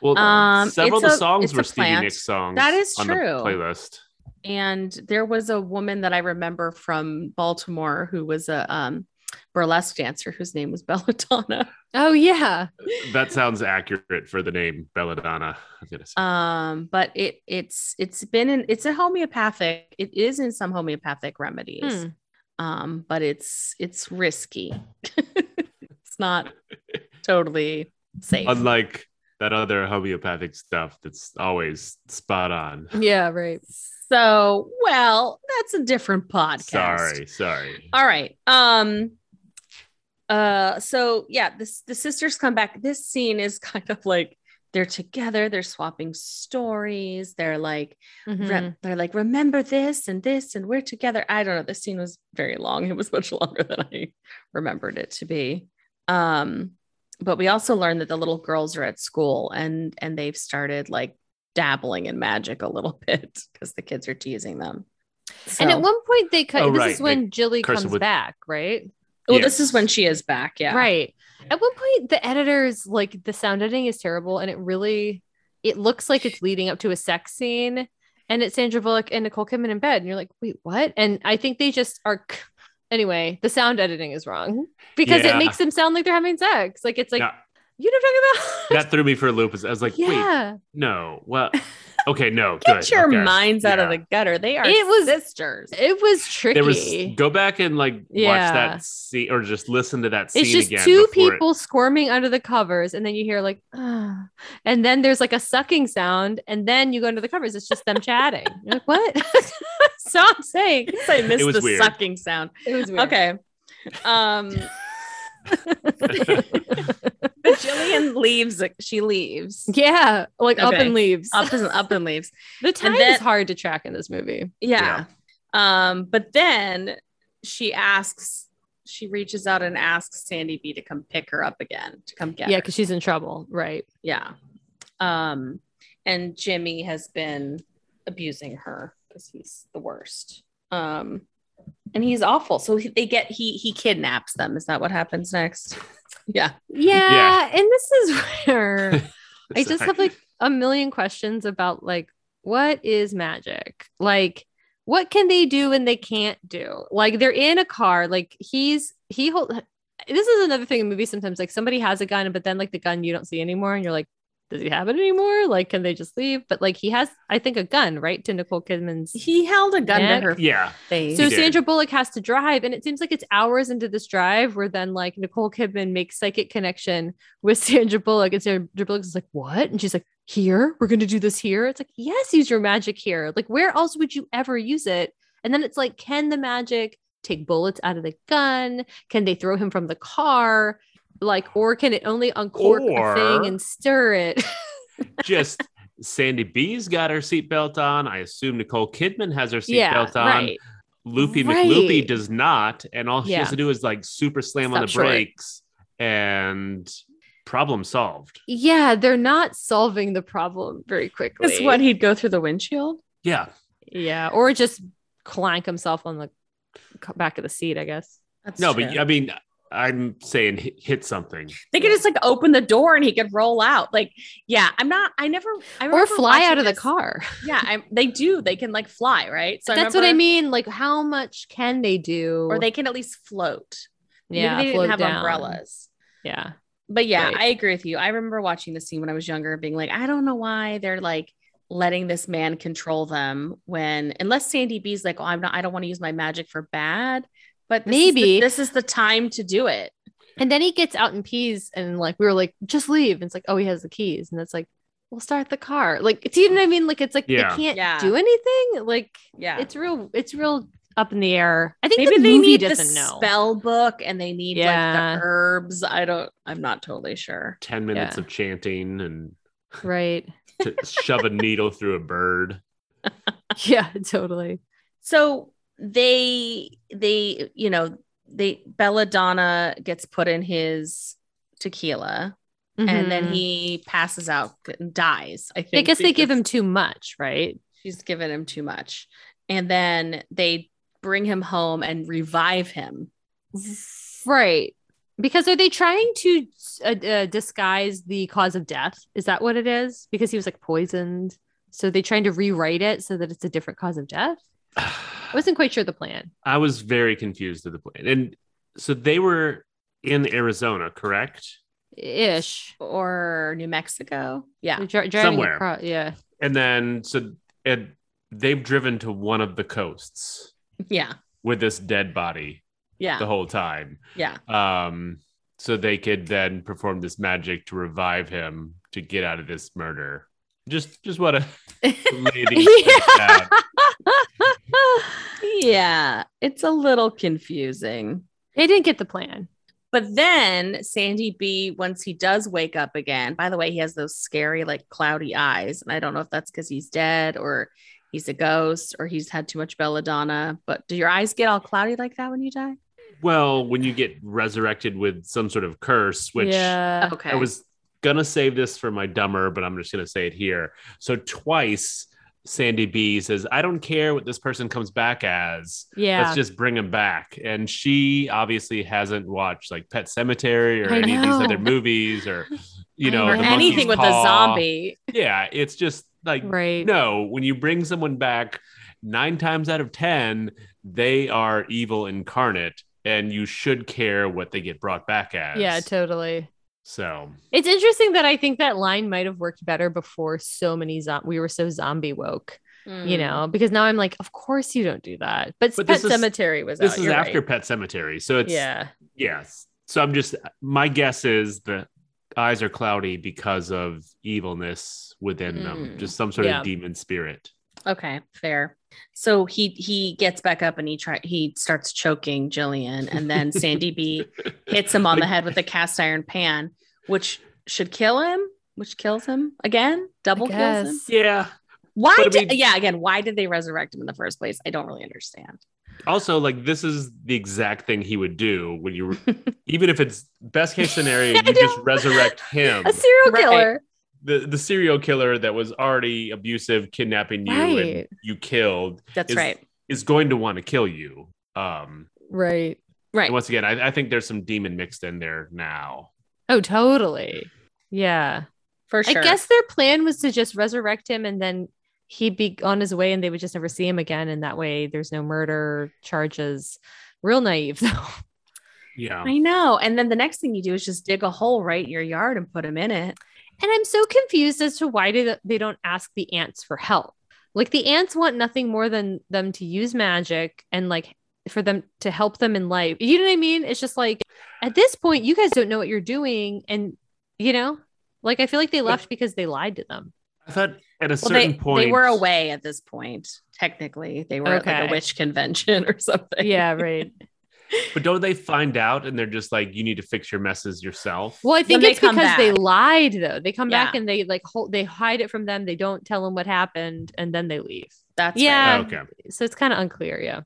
well,
Um,
several
it's
of the
a-
songs
it's a
were Stevie
plant.
Nicks songs.
That is
on the
true.
playlist.
and there was a woman that I remember from Baltimore who was a um, burlesque dancer whose name was [LAUGHS] Belladonna.
Oh yeah.
That sounds accurate for the name Belladonna. I'm gonna say.
Um, but it it's it's been in it's a homeopathic. It is in some homeopathic remedies.
Hmm.
Um, but it's it's risky. [LAUGHS]
[LAUGHS]
it's not totally safe.
Unlike that other homeopathic stuff that's always spot on.
Yeah, right.
so well, that's a different podcast.
Sorry, sorry.
All right. Um uh so yeah, this the sisters come back. This scene is kind of like they're together, they're swapping stories, they're like
Mhm.
rem- they're like remember this and this and we're together. I don't know. This scene was very long. It was [LAUGHS] much longer than I remembered it to be. Um but we also learned that the little girls are at school and and they've started like dabbling in magic a little [LAUGHS] bit because the kids are teasing them.
And
So-
at one point they cut.
Oh,
this
right.
is when Jilly
curse it
comes
with-
back, right?
well, this
Yes.
is when she is back. Yeah.
Right. At one point, the editors like the sound editing is terrible, and it really it looks like it's leading up to a sex scene, and it's Sandra Bullock and Nicole Kidman in bed, and you're like, wait, what? And I think they just are. c- Anyway, the sound editing is wrong because
Yeah.
it makes them sound like they're having sex. Like it's like
Yeah.
you know what I'm talking about.
that threw me for a loop. I was like,
[LAUGHS]
wait,
yeah,
no.
[LAUGHS]
Well, okay, no.
Get
good,
your
okay.
minds out of
Yeah.
the gutter. They are
It was- [LAUGHS]
sisters.
it was tricky.
There was go back and like watch
Yeah.
that scene or just listen to that scene
it's just
again.
two
before it-
people squirming under the covers and then you hear like [SIGHS] "Ah," and then there's like a sucking sound and then you go under the covers it's just them chatting you're like what [LAUGHS] so i'm saying
I missed
was
the
weird.
sucking sound.
it was weird
Okay.
[LAUGHS]
Um
[LAUGHS]
but Jillian leaves. She leaves.
yeah like up
Okay.
and leaves
Up and up and leaves.
the time
then-
is hard to track in this movie
Yeah. Um, but then she asks, she reaches out and asks Sandy B to come pick her up again, to come get
yeah
her.
because she's in trouble right
Yeah. Um, and Jimmy has been abusing her because he's the worst. Um, and he's awful. So he, they get he he kidnaps them. Is that what happens next? [LAUGHS] Yeah.
yeah,
Yeah.
and this is where [LAUGHS] i just
Sorry.
have like a million questions about like what is magic like what can they do and they can't do like they're in a car like he's he hold this is another thing in movies sometimes like somebody has a gun but then like the gun you don't see anymore and you're like does he have it anymore like can they just leave but like he has i think a gun right to nicole kidman's
He held a gun
Neck.
to her
[LAUGHS] Yeah.
face.
so
did.
Sandra Bullock has to drive, and it seems like it's hours into this drive where then like Nicole Kidman makes psychic connection with [LAUGHS] Sandra Bullock, and Sandra Bullock is like, "What?" And she's like, "Here, we're going to do this here." It's like, "Yes, use your magic here. Like, where else would you ever use it?" And then it's like, "Can the magic take bullets out of the gun? Can they throw him from the car?" Like, or can it only uncork a
Or-
thing and stir it? [LAUGHS]
Just Sandy B's got her seatbelt on. I assume Nicole Kidman has her seatbelt
yeah,
on.
right.
Loopy
Right.
McLoopy does not, and all she
Yeah.
has to do is like super slam on
Stop
the
short.
brakes and problem solved.
Yeah, they're not solving the problem very quickly.
Is what he'd go through the windshield.
Yeah.
Yeah, or just clank himself on the c- back of the seat, I guess.
That's
No,
true.
but I mean, I'm saying hit, hit something.
they could just like open the door and he could roll out. Like, yeah, I'm not. I never. I
Or
remember
fly out
watching
of the
this-
car.
Yeah, I'm, they do. They can like fly, right?
[LAUGHS]
So
That's what I
remember-
mean. Like, how much can they do?
Or they can at least float. Maybe
yeah,
they didn't
float
have
down.
umbrellas.
Yeah,
But yeah,
Right.
I agree with you. I remember watching this scene when I was younger and being like, I don't know why they're like letting this man control them when unless Sandy B's like, oh, I'm not I don't want to use my magic for bad. But this is the-
Maybe.
this is the time to do it.
and then he gets out and pees, and like we were like, just leave. And it's like, oh, he has the keys, and it's like, we'll start the car. Like, do you know what I mean? Like, it's like
Yeah.
they can't
Yeah.
do anything. Like,
Yeah.
it's real. It's real up in the air. I think
Maybe
the
they
movie
need the
doesn't know.
spell book and they need
Yeah.
like the herbs. I don't I'm not totally sure.
10 minutes
Yeah.
of chanting and
Right? [LAUGHS]
to shove a needle through a bird.
Yeah, totally.
So they they you know they Belladonna gets put in his tequila. and then
Mhm.
he passes out and dies. I
I
think.
guess they give
because
him too much, right?
She's given him too much, and then they bring him home and revive him.
Right. Because are they trying to uh, uh, disguise the cause of death? Is that what it is? Because he was like poisoned So they trying to rewrite it so that it's a different cause of death. I wasn't quite sure the plan.
I was very confused with the plan. And so they were in Arizona, correct?
Ish
or New Mexico. Yeah.
They're dri- driving
Somewhere.
across- yeah. [SIGHS]
And then so and they've driven to one of the coasts
Mm-hmm.
Yeah.
with this dead body
Yeah.
the whole time.
yeah.
Um so they could then perform this magic to revive him to get out of this murder. Just just what a lady
Yeah. It's a little confusing.
They didn't get the plan.
But then Sandy B, once he does wake up again, by the way, he has those scary, like cloudy eyes. And I don't know if that's because he's dead or he's a ghost or he's had too much belladonna. But do your eyes get all cloudy like that when you die?
Well, when you get resurrected with some sort of curse, which
yeah.
Okay.
I was gonna save this for my dumber, but I'm just gonna say it here. So twice Sandy B says, I don't care what this person comes back as.
Yeah.
Let's just bring him back. And she obviously hasn't watched like Pet Cemetery or
I
any of these
know.
other movies or you
I
know
know.
or
Oh,
The
anything
Monkey's
with a
Paw.
zombie.
Yeah, it's just like
right.
no, when you bring someone back, nine times out of 10, they are evil incarnate and you should care what they get brought back as.
Yeah, totally.
so,
It's interesting that I think that line might have worked better before so many zom- we were so zombie woke,
Mm.
you know, because now I'm like, of course you don't do that. But,
Mm. But
Pet
this is-
Cemetery was
this
out,
is
you're
after
right.
Pet Cemetery. So it's,
yeah.
yes. So I'm just, my guess is the eyes are cloudy because of evilness within them,
Mm.
just some sort
Yeah.
of
[LAUGHS]
demon spirit.
Okay, fair. So he he gets back up and he try he starts choking Jillian, and then
[LAUGHS]
Sandy B hits him on the head with a cast iron pan, which should kill him, which kills him again, double kills him.
guess.
Yeah.
Why?
But I
did-
mean-
yeah, again, why did they resurrect him in the first place? I don't really understand. [LAUGHS]
Also, like, this is the exact thing he would do when you, even if it's best case scenario,
[LAUGHS] I
you just
know.
resurrect
[LAUGHS]
him.
A serial
Right.
killer.
the the serial killer that was already abusive, kidnapping you, and
Right.
you killed
That's
Is-
right.
is going to want to kill you. Um,
Right.
Right.
and once again, I, I think there's some demon mixed in there now.
Oh, totally. Yeah.
For sure.
I guess their plan was to just resurrect him and then he'd be on his way and they would just never see him again. And that way there's no murder charges. Real naive [LAUGHS] though.
Yeah,
I know. And then the next thing you do is just dig a hole right in your yard and put him in it.
And I'm so confused as to why do th- they don't ask the ants for help. Like the ants want nothing more than them to use magic and like for them to help them in life. You know what I mean? It's just like at this point, you guys don't know what you're doing, and you know, like I feel like they left because they lied to them.
I thought at a
Well,
certain
they,
point
they were away at this point. Technically, they were at like
Okay.
a witch convention [LAUGHS] or something.
right.
but don't they find out and they're just like, you need to fix your messes yourself?
[LAUGHS] Well, I think
they
it's
come
because they
back.
lied though. They come back
Yeah.
and they like hold, they hide it from them. They don't tell them what happened, and then they leave.
That's
Yeah.
yeah.
Oh, okay,
So it's kind of unclear. Yeah.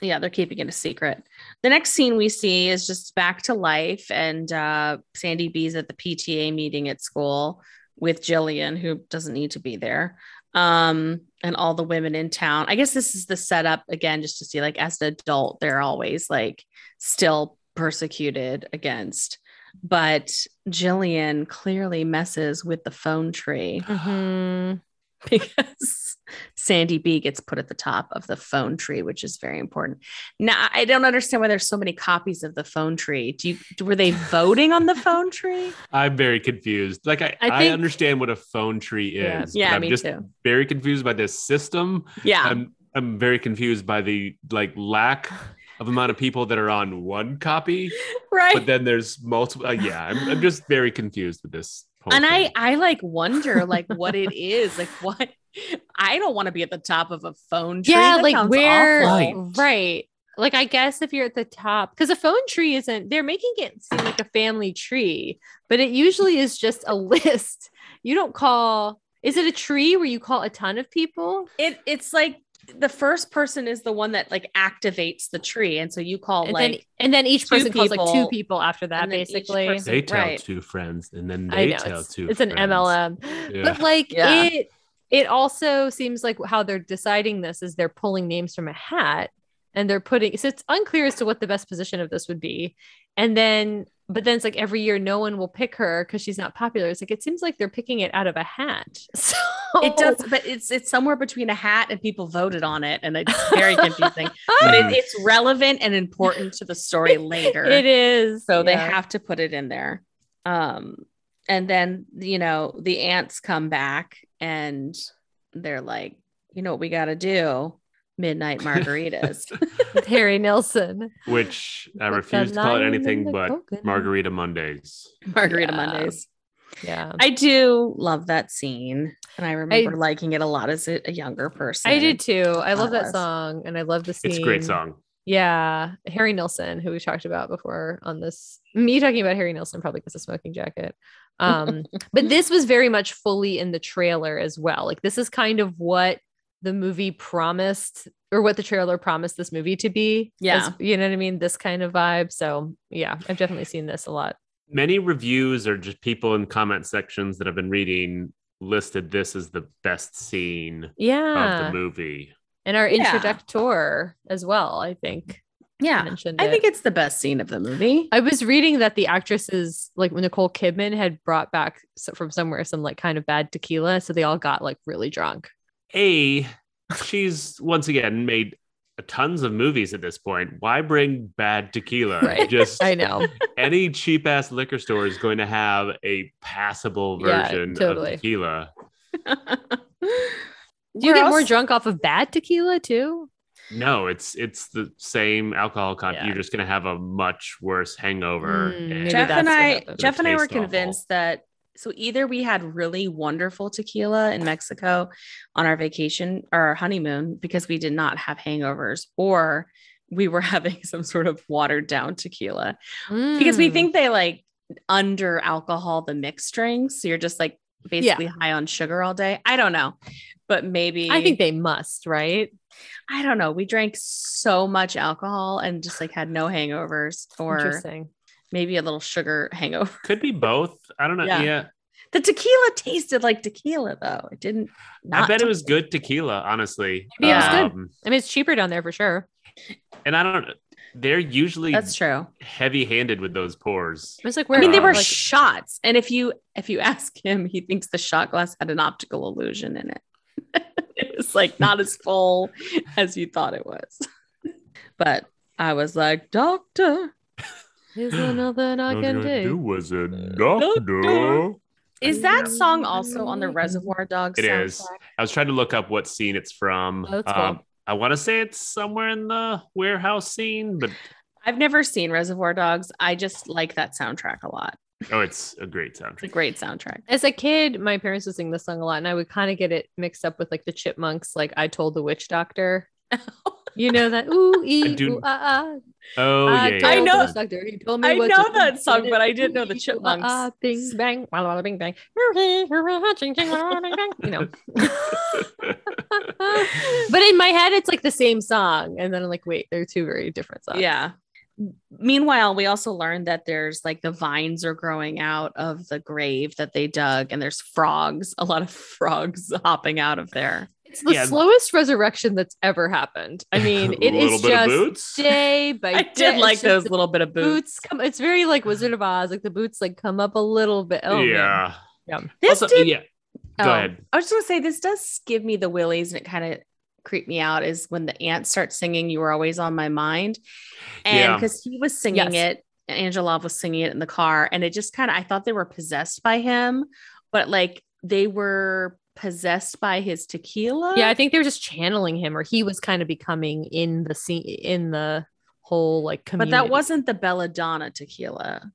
yeah, they're keeping it a secret. The next scene we see is just back to life, and uh, Sandy B's at the PTA meeting at school with Jillian, who doesn't need to be there, um, and all the women in town. I guess this is the setup again, just to see like as an adult, they're always like still persecuted against. But Jillian clearly messes with the phone tree Mm-hmm. [LAUGHS] because Sandy B gets put at the top of the phone tree, which is very important. Now, I don't understand why there's so many copies of the phone tree. Do you were they voting on the phone tree?
I'm very confused. Like, I,
I
I,
think-
understand what a phone tree
Yeah.
is. but
Yeah,
I'm
me
just
too.
very confused by this system.
Yeah,
I'm I'm very confused by the like lack of amount of people that are on one
[LAUGHS]
copy.
right.
but then there's multiple. Uh, yeah, I'm, I'm just very confused with this. Whole
and I
thing.
I like wonder like what it is like what [LAUGHS] I don't want to be at the top of a phone tree.
Yeah,
That
like
sounds
where
awful.
right. Like I guess if you're at the top because a phone tree isn't they're making it seem like a family tree, but it usually is just a [LAUGHS] list. You don't call is it a tree where you call a ton of people?
It it's like the first person is the one that like activates the tree, and so you call
And
like
then and then each
two
person calls like two
people,
people after that,
and then each
basically.
person-
they tell
right.
two friends, and then
I
they
know
tell
it's,
two.
it's an
friends. [LAUGHS]
MLM.
Yeah.
But like
Yeah.
it it also seems like how they're deciding this is they're pulling names from a hat and they're putting so it's unclear as to what the best position of this would be and then but then it's like every year no one will pick her because she's not popular it's like it seems like they're picking it out of a hat [LAUGHS] so
It does,
Oh.
but it's it's somewhere between a hat and people voted on it,
[LAUGHS]
and it's very confusing. but it, it's relevant and important to the [LAUGHS] story later.
it is
so they
yeah.
have to put it in there. Um, and then you know the ants come back and they're like, you know what we got to do? [LAUGHS] Midnight margaritas.
harry nilsson
which [LAUGHS] I
Put
refuse
the
to call
lime
it
in
anything
the
but
coconut.
Margarita Mondays.
Margarita
Yeah.
Mondays.
yeah
I do love that scene, and I remember liking it a lot as a, a younger person.
I did too. I love that
was.
song and I love the scene.
It's a great song.
Yeah. Harry Nilsson, who we talked about before on this, me talking about Harry Nilsson probably because of smoking jacket.
[LAUGHS]
Um, but this was very much fully in the trailer as well. Like this is kind of what the movie promised or what the trailer promised this movie to be.
Yeah.
As- you know what I mean? This kind of vibe. So yeah, I've definitely seen this a lot.
Many reviews or just people in comment sections that I've been reading listed this as the best scene
Yeah.
of the movie.
And our
Yeah.
introductor as well, I think.
Yeah,
Mentioned
I
it.
think it's the best scene of the [LAUGHS] movie.
I was reading that the actresses, like when Nicole Kidman, had brought back s- from somewhere some like kind of bad tequila, so they all got like really drunk.
A, she's once again made tons of movies at this point. Why bring bad tequila?
[LAUGHS] Right.
Just
I know.
any cheap ass liquor store is going to have a passable
Yeah,
version
totally.
of tequila.
Do you
We're
get more
also-
drunk off of bad tequila too?
No, it's it's the same alcohol content.
Yeah.
You're just going to have a much worse hangover.
Mm, maybe
Jeff
that's
and
what
I,
happened.
Jeff and I
Taste
were
awful.
convinced that so either we had really wonderful tequila in Mexico on our vacation or our honeymoon because we did not have hangovers, or we were [LAUGHS] having some sort of watered down tequila because we
Mm.
think they like under alcohol the mixed drinks. So you're just like basically high on sugar all day. I don't know, but maybe
I think they must, right?
I don't know. We drank so much alcohol and just like had no hangovers or
Interesting.
maybe a little sugar hangover.
Could be both. I don't know.
Yeah.
Yeah.
The tequila tasted like tequila, though. It didn't.
I
Not
bet it was good tequila, honestly.
Maybe it was good.
Um,
I mean, it's cheaper down there for sure.
And I don't They're usually
That's true.
heavy handed with those pours.
It's like
I
where
mean, they
Wow.
were
like,
shots, and if you if you [LAUGHS] ask him, he thinks the shot glass had an optical illusion in it. [LAUGHS] it was like not as full as you thought it was. But I was like, Doctor,
there's
[CLEARS THROAT]
nothing I can do.
was a
Doctor.
doctor.
is that song also on the Reservoir Dogs?
It is. I was trying to look up what scene it's from.
Oh, that's cool.
um, I want to say it's somewhere in the warehouse scene, but
I've never seen Reservoir Dogs. I just like that soundtrack a lot.
oh, it's a great
It's a
soundtrack.
great soundtrack.
As a kid, my parents would sing this song a lot, and I would kind of get it mixed up with like the Chipmunks, like "I Told the Witch
[LAUGHS]
Doctor." You know that ooh ee
do-
ooh ah ah.
Oh, yeah. yeah,
I
told
know-
this doctor, he told me
I
what to
know
do.
that song,
Did
but
it.
I didn't know the
Ooh,
Chipmunks.
ah, ah, Bing bang, wah, wah, bing bang, [LAUGHS] Hoo-hee, hoo-ha, ching, ching, wah, wah, bing, bang. You
[LAUGHS]
know.
[LAUGHS]
but in my head, it's like the same song, and then I'm like, wait, they're two very different songs.
Yeah. Meanwhile, we also learned that there's like the vines are growing out of the grave that they dug, and there's frogs, a lot of [LAUGHS] frogs hopping out of there.
it's the
Yeah.
slowest resurrection that's ever happened.
[LAUGHS]
I mean, it
Little
is
bit of
just
boots.
[LAUGHS]
day by
I
day.
did
It's
like
just
those
the
little bit of boots.
boots. Come, it's very like Wizard of Oz. Like the boots, like come up a little bit. Oh man.
yeah.
This
Also,
did,
yeah. Go
oh,
ahead.
I was just gonna say this does give me the willies, and it kind of creeped me out. Is when the ants start singing, "You were always on my mind," and
Yeah.
because he was singing
Yes.
it, Angelov was singing it in the car, and it just kind of I thought they were possessed by him, but like they were possessed by his tequila.
Yeah, I think they were just channeling him, or he was kind of becoming in the scene, in the whole like
but
community.
that wasn't the belladonna tequila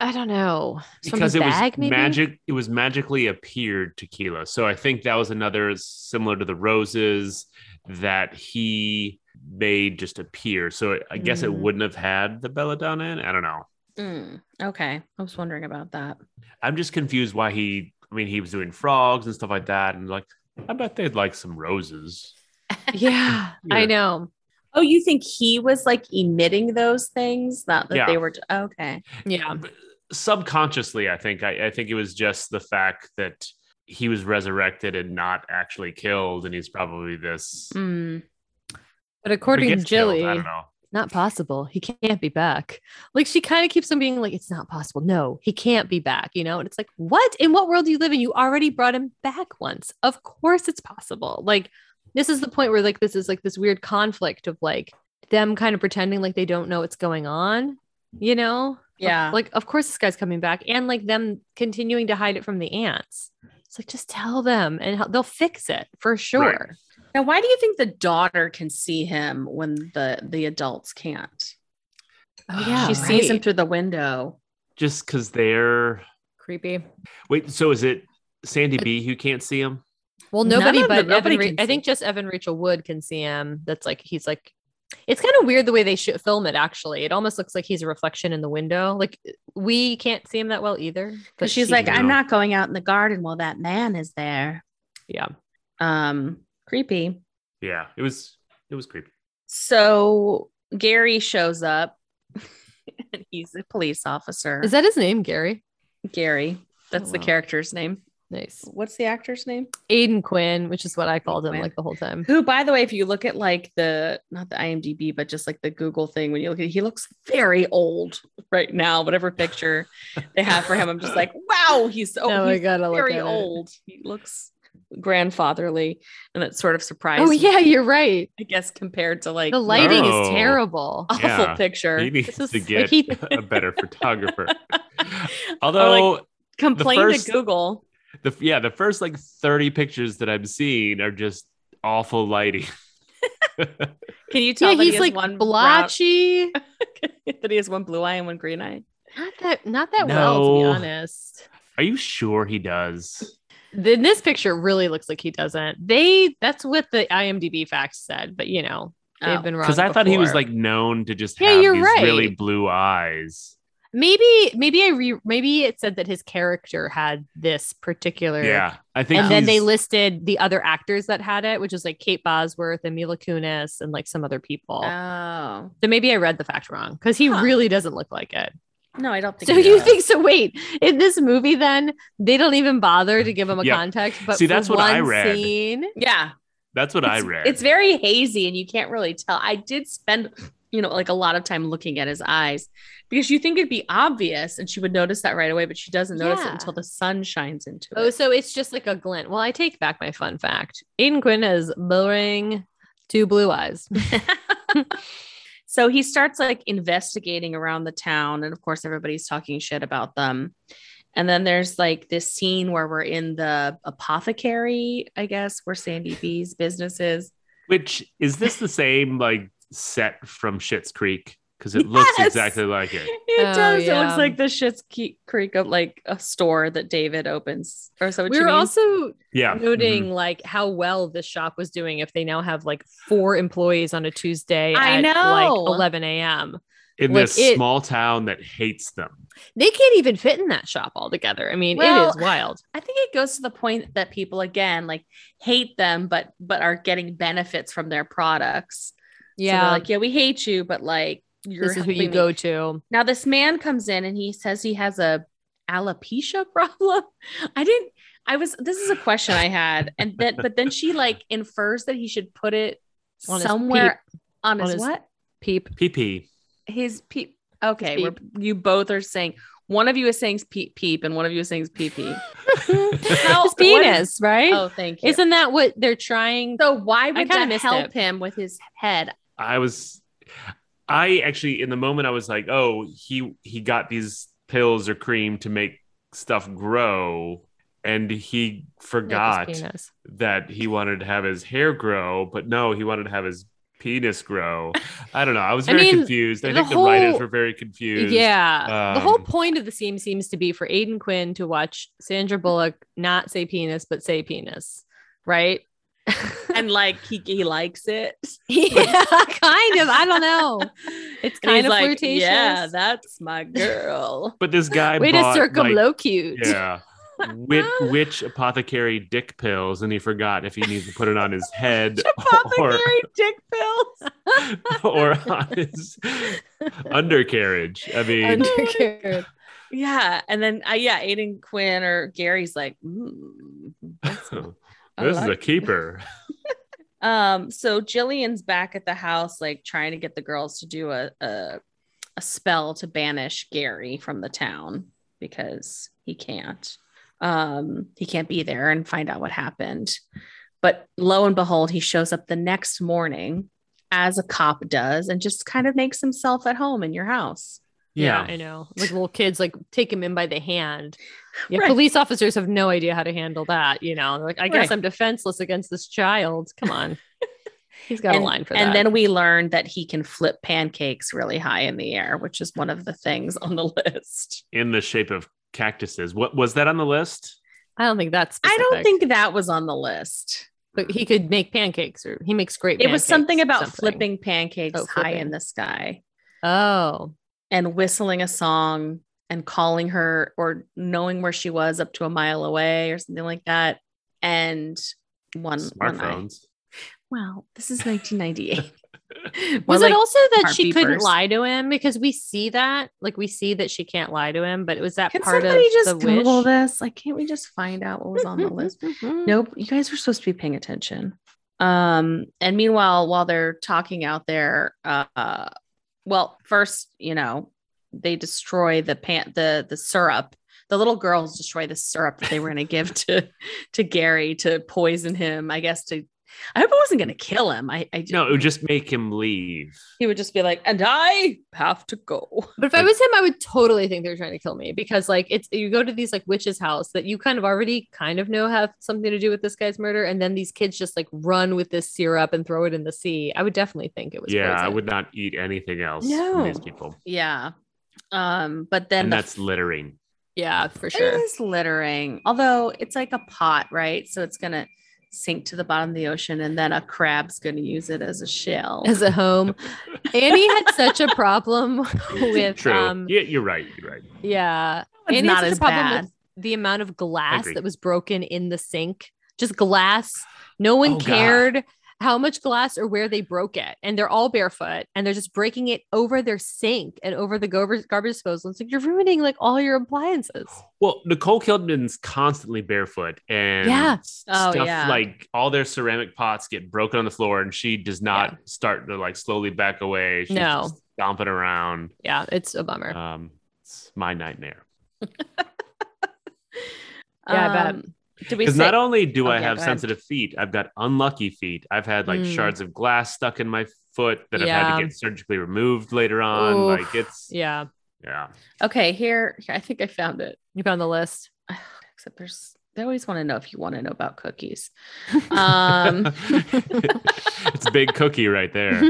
I don't know
Because
Somebody's
it was
bag, maybe?
magic, it was magically appeared tequila. So I think that was another similar to the roses that he made just appear. So it, I guess it
Mm.
wouldn't have had the belladonna in. it. I don't know.
Mm, okay i was wondering about that
I'm just confused why he. I mean, he was doing frogs and stuff like that, and like I bet they'd like some roses.
[LAUGHS] Yeah, I
Yeah.
know.
oh you think he was like emitting those things not that
Yeah.
they were okay
Yeah,
Subconsciously, I think I, I think it was just the fact that he was resurrected and not actually killed, and he's probably this
Mm.
But according to
gets killed,
Jilly,
I don't know.
not possible. He can't be back. Like she kind of keeps on being like, it's not possible. No, he can't be back, you know? And it's like, what? In what world do you live in? You already brought him back once. Of course it's possible. Like, this is the point where like this is like this weird conflict of like them kind of pretending like they don't know what's going on, you know?
Yeah.
Like, of course this guy's coming back. And like them continuing to hide it from the ants. It's like, just tell them and they'll fix it for sure.
Now, why do you think the daughter can see him when the the adults can't?
Oh, yeah.
she sees him
right.
through the window.
Just because they're
Creepy.
wait. So is it Sandy B who can't see him?
Well,
None
nobody
of
but
them- nobody
Evan Ra-
can
I
see
think
it.
just Evan Rachel Wood can see him. That's like he's like it's kind of weird the way they should film it actually. It almost looks like he's a reflection in the window. Like we can't see him that well either.
Because she's
she
like,
can.
I'm not going out in the garden while that man is there.
Yeah.
Um, creepy.
Yeah, it was it was creepy.
So Gary shows up [LAUGHS] and he's a police officer.
Is that his name, Gary?
Gary? That's the
wow.
character's name.
Nice.
What's the actor's name?
Aiden Quinn, which is what I called him
Quinn.
like the whole
[LAUGHS]
time.
Who, by the way, if you look at like the not the IMDb, but just like the Google thing, when you look at he looks very old right now. Whatever picture they have for him, I'm just like, wow, he's so
now I
Oh, he's
gotta look
very
at it.
old. He looks grandfatherly, and it's sort of surprising.
Oh yeah, you're right.
I guess compared to like
The lighting is
Oh.
terrible.
awful
Yeah.
picture.
He needs
This is [LAUGHS]
to
like
get
he-
a
[LAUGHS]
better photographer.
[LAUGHS]
Although
Complain
first-
to Google.
the yeah the first like 30 pictures that i'm seeing are just awful lighting [LAUGHS]
Can you tell
Yeah,
that
he's
he has
like
one brown-
blotchy.
[LAUGHS] that he has one blue eye and one green eye?
Not that not that well, to be
No.
honest.
are you sure he does
then this picture really looks like he doesn't. They that's what the IMDb facts said, but you know they've
Oh.
been wrong.
because i thought he was
before.
like known to just
Yeah,
have
you're
these really
right.
blue eyes
maybe maybe I re maybe it said that his character had this particular
yeah i think
And then they
he's-
listed the other actors that had it, which is like Kate Bosworth and Mila Kunis and like some other people.
Oh
so maybe I read the fact wrong because he
Huh.
really doesn't look like it.
no, I don't think.
So
he
you
does.
think so? Wait, in this movie, then they don't even bother to give him a
Yeah.
context. But
See,
for
that's what I
one
read.
Scene,
Yeah,
that's what i
it's-
read
It's very hazy and you can't really tell. I did spend, you know, like a lot of time looking at his eyes because you think it'd be obvious and she would notice that right away, but she doesn't notice
Yeah.
it until the sun shines into
Oh,
it.
so it's just like a glint. Well, I take back my fun fact. Aiden Quinn has boring two blue [LAUGHS] eyes.
[LAUGHS] So he starts like investigating around the town. And of course, everybody's talking shit about them. And then there's like this scene where we're in the apothecary, I guess, where Sandy B's business is.
which is this the same like set from Schitt's creek because it looks
Yes!
exactly like
[LAUGHS]
it
It
Oh,
does. It
yeah.
looks like the Shit's Creek of like a store that David opens. Or so what
We
you
were
mean?
also
yeah
noting
Mhm.
like how well this shop was doing if they now have like four employees on a Tuesday
I
at
know.
like 11 a.m.
Mm-hmm. in
like,
this
it-
small town that hates them
They can't even fit in that shop altogether. I mean, it
Well-
is wild.
I think it goes to the point that people again like hate them, but but are getting benefits from their products. So they're
So,
like yeah, we hate you, but like you're
this is who
helping
you
me."
go to.
Now this man comes in and he says he has a alopecia [LAUGHS] problem. I didn't. I was. This is a question I had, and then but then she like infers that he should put it
On his
somewhere on,
On
his,
his-
what
[LAUGHS] Peep.
pp
his peep. Okay, we're, you both are saying one of you is saying peep peep, and one of you is saying pee [LAUGHS] pee. How-
[LAUGHS] His
what is-
penis, right?
Oh, thank you.
Isn't that what they're trying?
So why
I
would
kinda
that
missed
help
it.
him with his [LAUGHS] head?
I was I actually in the moment I was like, oh, he he got these pills or cream to make stuff grow and he
Like his
forgot
penis.
that he wanted to have his hair grow, but no, he wanted to have his penis grow. I don't know. I was
I
very
mean,
confused. I
the
think the writers
whole-
were very confused.
Yeah. the whole
Um,
point of the scene seems to be for Aiden Quinn to watch Sandra Bullock not say penis, but say penis, right? [LAUGHS]
And like he, he likes [LAUGHS] it.
yeah, kind of. I don't know. It's
And
kind
he's
of
like,
flirtatious.
Yeah, that's my girl. [LAUGHS]
But this guy
Way to
bought, like,
circumlocute.
Yeah. Which, which apothecary dick pills and he forgot if he needs to put it on his head [LAUGHS] [LAUGHS] or
Apothecary dick pills.
or on his undercarriage. I mean, [LAUGHS]
Undercarriage.
[LAUGHS] Yeah, and then uh, yeah, Aiden Quinn or Gary's like, mm, that's my- "Hmm, I
this is a
like-
keeper.
Um, so Jillian's back at the house, like trying to get the girls to do a a, a spell to banish Gary from the town because he can't. Um, he can't be there and find out what happened. But lo and behold, he shows up the next morning as a cop does and just kind of makes himself at home in your house.
Yeah.
I know. Like little kids, like take him in by the hand. Yeah,
Right.
police officers have no idea how to handle that. You know, They're like I guess
Right.
I'm defenseless against this child. Come
[LAUGHS]
on, he's got a line for
and
that.
then we learned that he can flip pancakes really high in the air, which is one of the things on the [LAUGHS] list.
in the shape of cactuses. What was that on the list?
I don't think that's.
I don't
specific,
think that was on the list.
but he could make pancakes or he makes great.
It was
pancakes,
something about flipping pancakes
Oh,
high
flipping.
in the sky
Oh,
and whistling a song and calling her or knowing where she was up to a mile away or something like that. And one one eye.
Smartphones.
Wow, this is 1998.
was it
all?
also that
our
she couldn't
beepers.
lie to him because we see that, like we see that she can't lie to him, but it was that
Can
part of
somebody just
the
Google
wish. [LAUGHS] Mm-hmm,
this? Like, can't we just find out what was on the list? Nope. You guys were supposed to be paying attention. Um, and meanwhile, while they're talking out there, uh, well, first, you know, they destroy the pan the the syrup. The little girls destroy the syrup that they were going to give to to Gary to poison him. I guess to. I hope it wasn't going to kill him. I, I
No, it would just make him leave.
he would just be like, and I have to go.
But if I was him, I would totally think they're trying to kill me because like it's you go to these like witches' house that you kind of already kind of know have something to do with this guy's murder, and then these kids just like run with this syrup and throw it in the sea. I would definitely think it was
Yeah, I
poison.
would not eat anything else.
No.
From these people,
Yeah. Um, but then
and
the
that's littering.
yeah, for
It
sure.
is littering, although it's like a pot, right? So it's gonna sink to the bottom of the ocean, and then a crab's gonna use it as a shell.
As a home, Annie had such a problem [LAUGHS] with
True.
um
yeah, you're right. You're right.
yeah,
It's
Annie had
not
such a
as
problem
bad.
with the amount of glass
agree.
that was broken in the sink. Just glass. No one
Oh, God.
cared how much glass or where they broke it. And they're all barefoot and they're just breaking it over their sink and over the garbage, garbage disposal. It's like you're ruining like all your appliances.
Well, Nicole Kidman's constantly barefoot, and
Yeah.
s-
Oh,
stuff
yeah.
like all their ceramic pots get broken on the floor, and she does not start to like slowly back away. She's
No.
just stomping around.
Yeah, it's a bummer.
Um, it's my nightmare.
Yeah, I bet.
Did we
Because
say
not only do
Oh,
I
yeah,
have
go ahead.
sensitive feet, I've got unlucky feet. I've had like
Mm.
shards of glass stuck in my foot that I've had
Yeah.
to get surgically removed later on.
Oof.
Like it's
yeah,
yeah.
okay? Here, here, I think I found it.
you found the list.
Except there's, they always want to know if you want to know about [LAUGHS] cookies. Um,
[LAUGHS] it's a big cookie
[LAUGHS]
right there.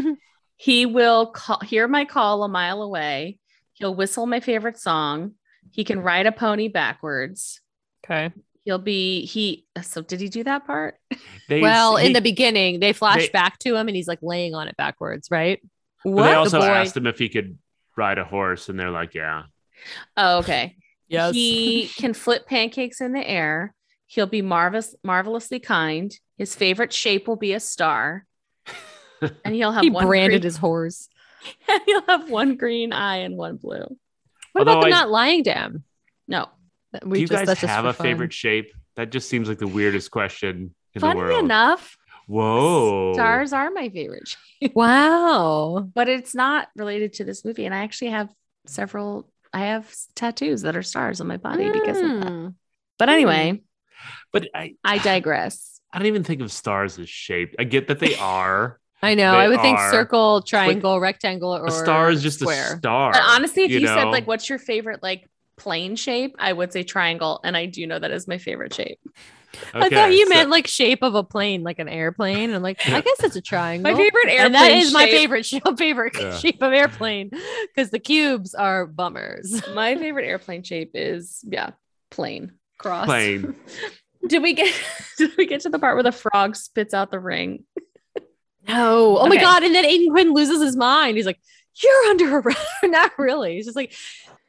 He will call, hear my call a mile away. He'll whistle my favorite song. He can ride a pony backwards.
okay.
He'll be he. So did he do that part?
They,
Well, in
he-
the beginning, they flash
they-
back to him and he's like laying on it backwards, right?
but they
the
also
boy-
asked him if he could ride a horse, and they're like, "Yeah."
Oh, okay. He can flip pancakes in the air. He'll be marvelous, marvelously kind. His favorite shape will be
[LAUGHS]
a star. And he'll have
he
one
branded
green,
his horse.
and [LAUGHS] he'll have one green eye and one blue.
What about
Although
the
I-
not lying to him?
No.
That
do
We
you
just,
guys
that's just
have
for
a
fun. [LAUGHS]
favorite shape? That just seems like the weirdest question in the
Funnily
world.
enough,
Oh.
Whoa.
stars are my favorite, shape,
Wow.
but it's not related to this movie. And I actually have several. I have tattoos that are stars on my body because of that.
Mm.
But anyway,
But I,
I digress.
I don't even think of stars as shape. I
[LAUGHS]
get that they are.
I know.
They
I would think
are.
circle, triangle, rectangle, or
a star is just
square.
a star.
But honestly, if you, said
know?
like, "What's your favorite like plane shape?" I would say triangle, and I do know that is my favorite shape.
I thought
Okay,
you
so-
meant like shape of a plane, like an airplane, and
[LAUGHS]
like I guess it's a triangle.
My favorite airplane
and that is my
shape-
favorite sh- [LAUGHS] favorite
Yeah.
shape of airplane because the cubes are bummers.
[LAUGHS] My favorite airplane shape is yeah, plane
[LAUGHS]
cross.
Plane.
[LAUGHS] did we get [LAUGHS] did we get to the part where the frog spits out the ring?
No, oh my
Okay.
god! And then Aiden Quinn loses his mind. He's like, "You're under [LAUGHS] arrest." Not really. He's just like,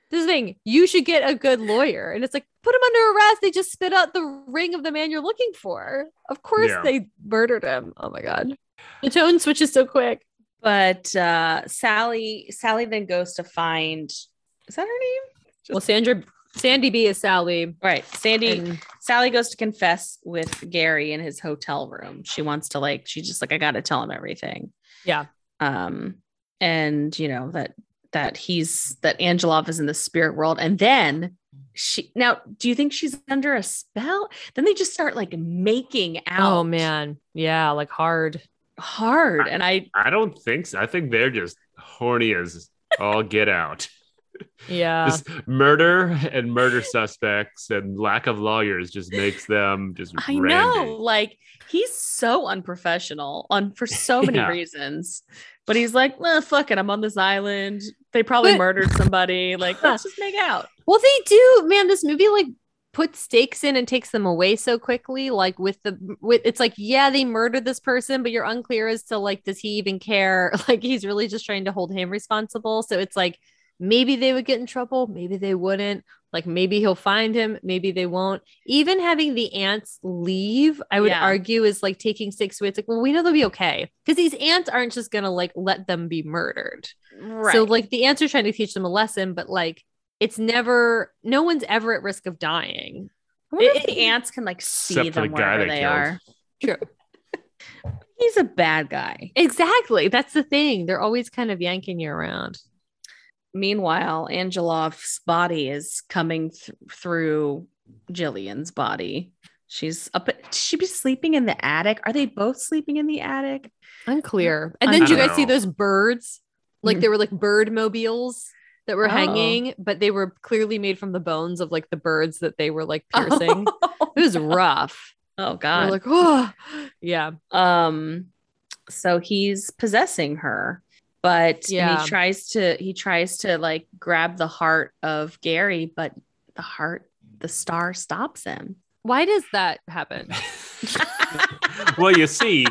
"This is the thing. You should get a good lawyer." And it's like, put him under arrest. They just spit out the ring of the man you're looking for. Of course,
Yeah.
they murdered him. Oh my god! The tone switches so quick.
But uh, Sally Sally then goes to find is that her name?
Well, Sandra Sandy B is Sally.
Right. Sandy
And
Sally goes to confess with Gary in his hotel room. She wants to like she's just like I got to tell him everything.
Yeah.
Um and you know that that he's that Angelov is in the spirit world and then she now do you think she's under a spell? Then they just start like making out
oh man, yeah, like hard.
hard and I
I don't think so. I think they're just horny as all
[LAUGHS]
get out.
Yeah,
Just murder and murder suspects and lack of lawyers just makes them just.
I know like he's so unprofessional on for
[LAUGHS]
so many
Yeah.
reasons. But he's like, eh, fuck it, I'm on this island. They probably
But-
murdered somebody.
[LAUGHS]
Like, let's just make out.
Well, they do, man. This movie like puts stakes in and takes them away so quickly. Like with the with, it's like yeah, they murdered this person, but you're unclear as to like does he even care? [LAUGHS] Like he's really just trying to hold him responsible. So it's like maybe they would get in trouble, maybe they wouldn't. Like maybe he'll find him, maybe they won't. Even having the ants leave, I would
Yeah.
argue, is like taking six away. It's like, well, we know they'll be okay because these ants aren't just gonna like let them be murdered.
Right.
So like the answer trying to teach them a lesson, but like it's never no one's ever at risk of dying.
I wonder if
It-
the ants can like see
Except for
them
the guy
wherever
they
they
killed.
are.
True.
He's a bad guy.
Exactly. That's the thing. They're always kind of yanking you around.
Meanwhile, Angelov's body is coming th- through Jillian's body. She's up. Did she be sleeping in the attic? Are they both sleeping in
[LAUGHS]
the attic?
Unclear. And then did you
Unclear.
guys see those birds? Like they were like bird mobiles that were
Oh.
hanging, but they were clearly made from the bones of like the birds that they were [LAUGHS] like piercing.
Oh,
It was rough. We're
God.
like, oh [GASPS] yeah.
um so he's possessing her but and
Yeah.
he tries to he tries to like grab the heart of gary but the heart the star stops him
Why does that happen?
well, you see,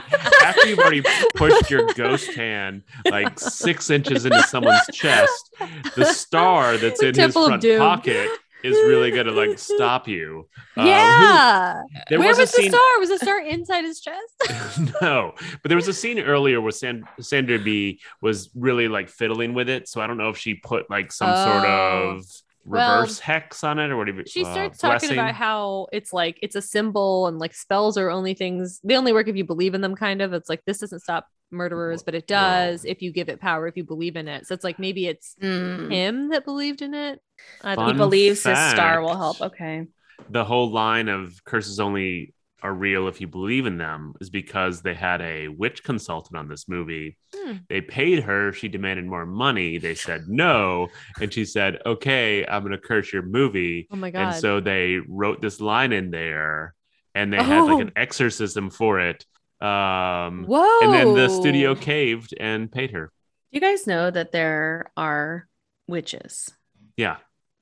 after you've already pushed your ghost hand like six inches into someone's chest, [LAUGHS] the
[LAUGHS]
star uh, that's
The
in his
Temple of
front
Doom.
pocket is really gonna like stop you. Uh, who-
yeah.
there
Where was,
was a
the
scene.
star? Was the star inside his chest?
[LAUGHS] no, but there was a scene earlier where Sand- Sandra B was really like fiddling with it. So I don't know if she put like some sort
Oh.
of
Well,
reverse hex on it or whatever.
she
uh,
starts talking
blessing.
about how it's like it's a symbol and like spells are only things they only work if you believe in them kind of it's like this doesn't stop murderers but it does if you give it power if you believe in it so it's like maybe it's him that believed in it I
he
Hmm. Fun
don't know.
believes his star
fact.
will help okay
the whole line of curses only are real if you believe in them is because they had a witch consultant on this movie.
Hmm.
They paid her, she demanded more money. They said no, and she said, "Okay, I'm going to curse your movie."
oh my
And
god
so they wrote this line in there and they had
Oh.
like an exorcism for it. Um
whoa
and then the studio caved and paid her.
you guys know that there are witches
Yeah.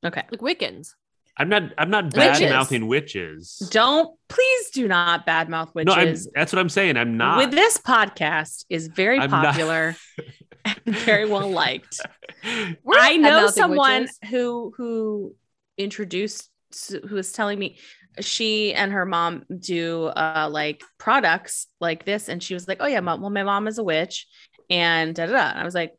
okay
like wiccans
I'm not I'm not
Witches.
bad mouthing witches.
don't please do not badmouth
no, I'm,
witches
that's what I'm saying. I'm not
with this podcast is very
I'm not- [LAUGHS]
popular and very well liked
We're not
I know
bad-mouthing
someone
witches.
who who introduced who was telling me she and her mom do uh like products like this and she was like, "Oh yeah, mom, well my mom is a witch." And da da da. And I was like,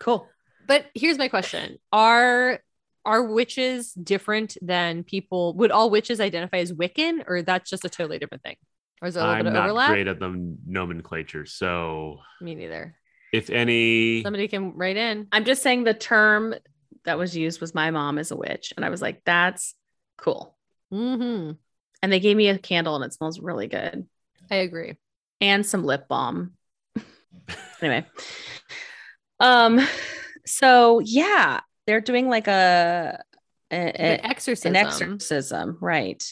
"Cool."
but here's my question are are witches different than people would all witches identify as wiccan or that's just a totally different thing or is there a little
I'm
bit of
not
overlap
great at the nomenclature. So
me neither
if any
somebody can write in
I'm just saying the term that was used was my mom is a witch and I was like, "That's cool."
hmm
And they gave me a candle and it smells really good
I agree.
and some lip balm. anyway. Um so yeah, they're doing like a, a- a-
Eh, An exorcism.
an exorcism, right?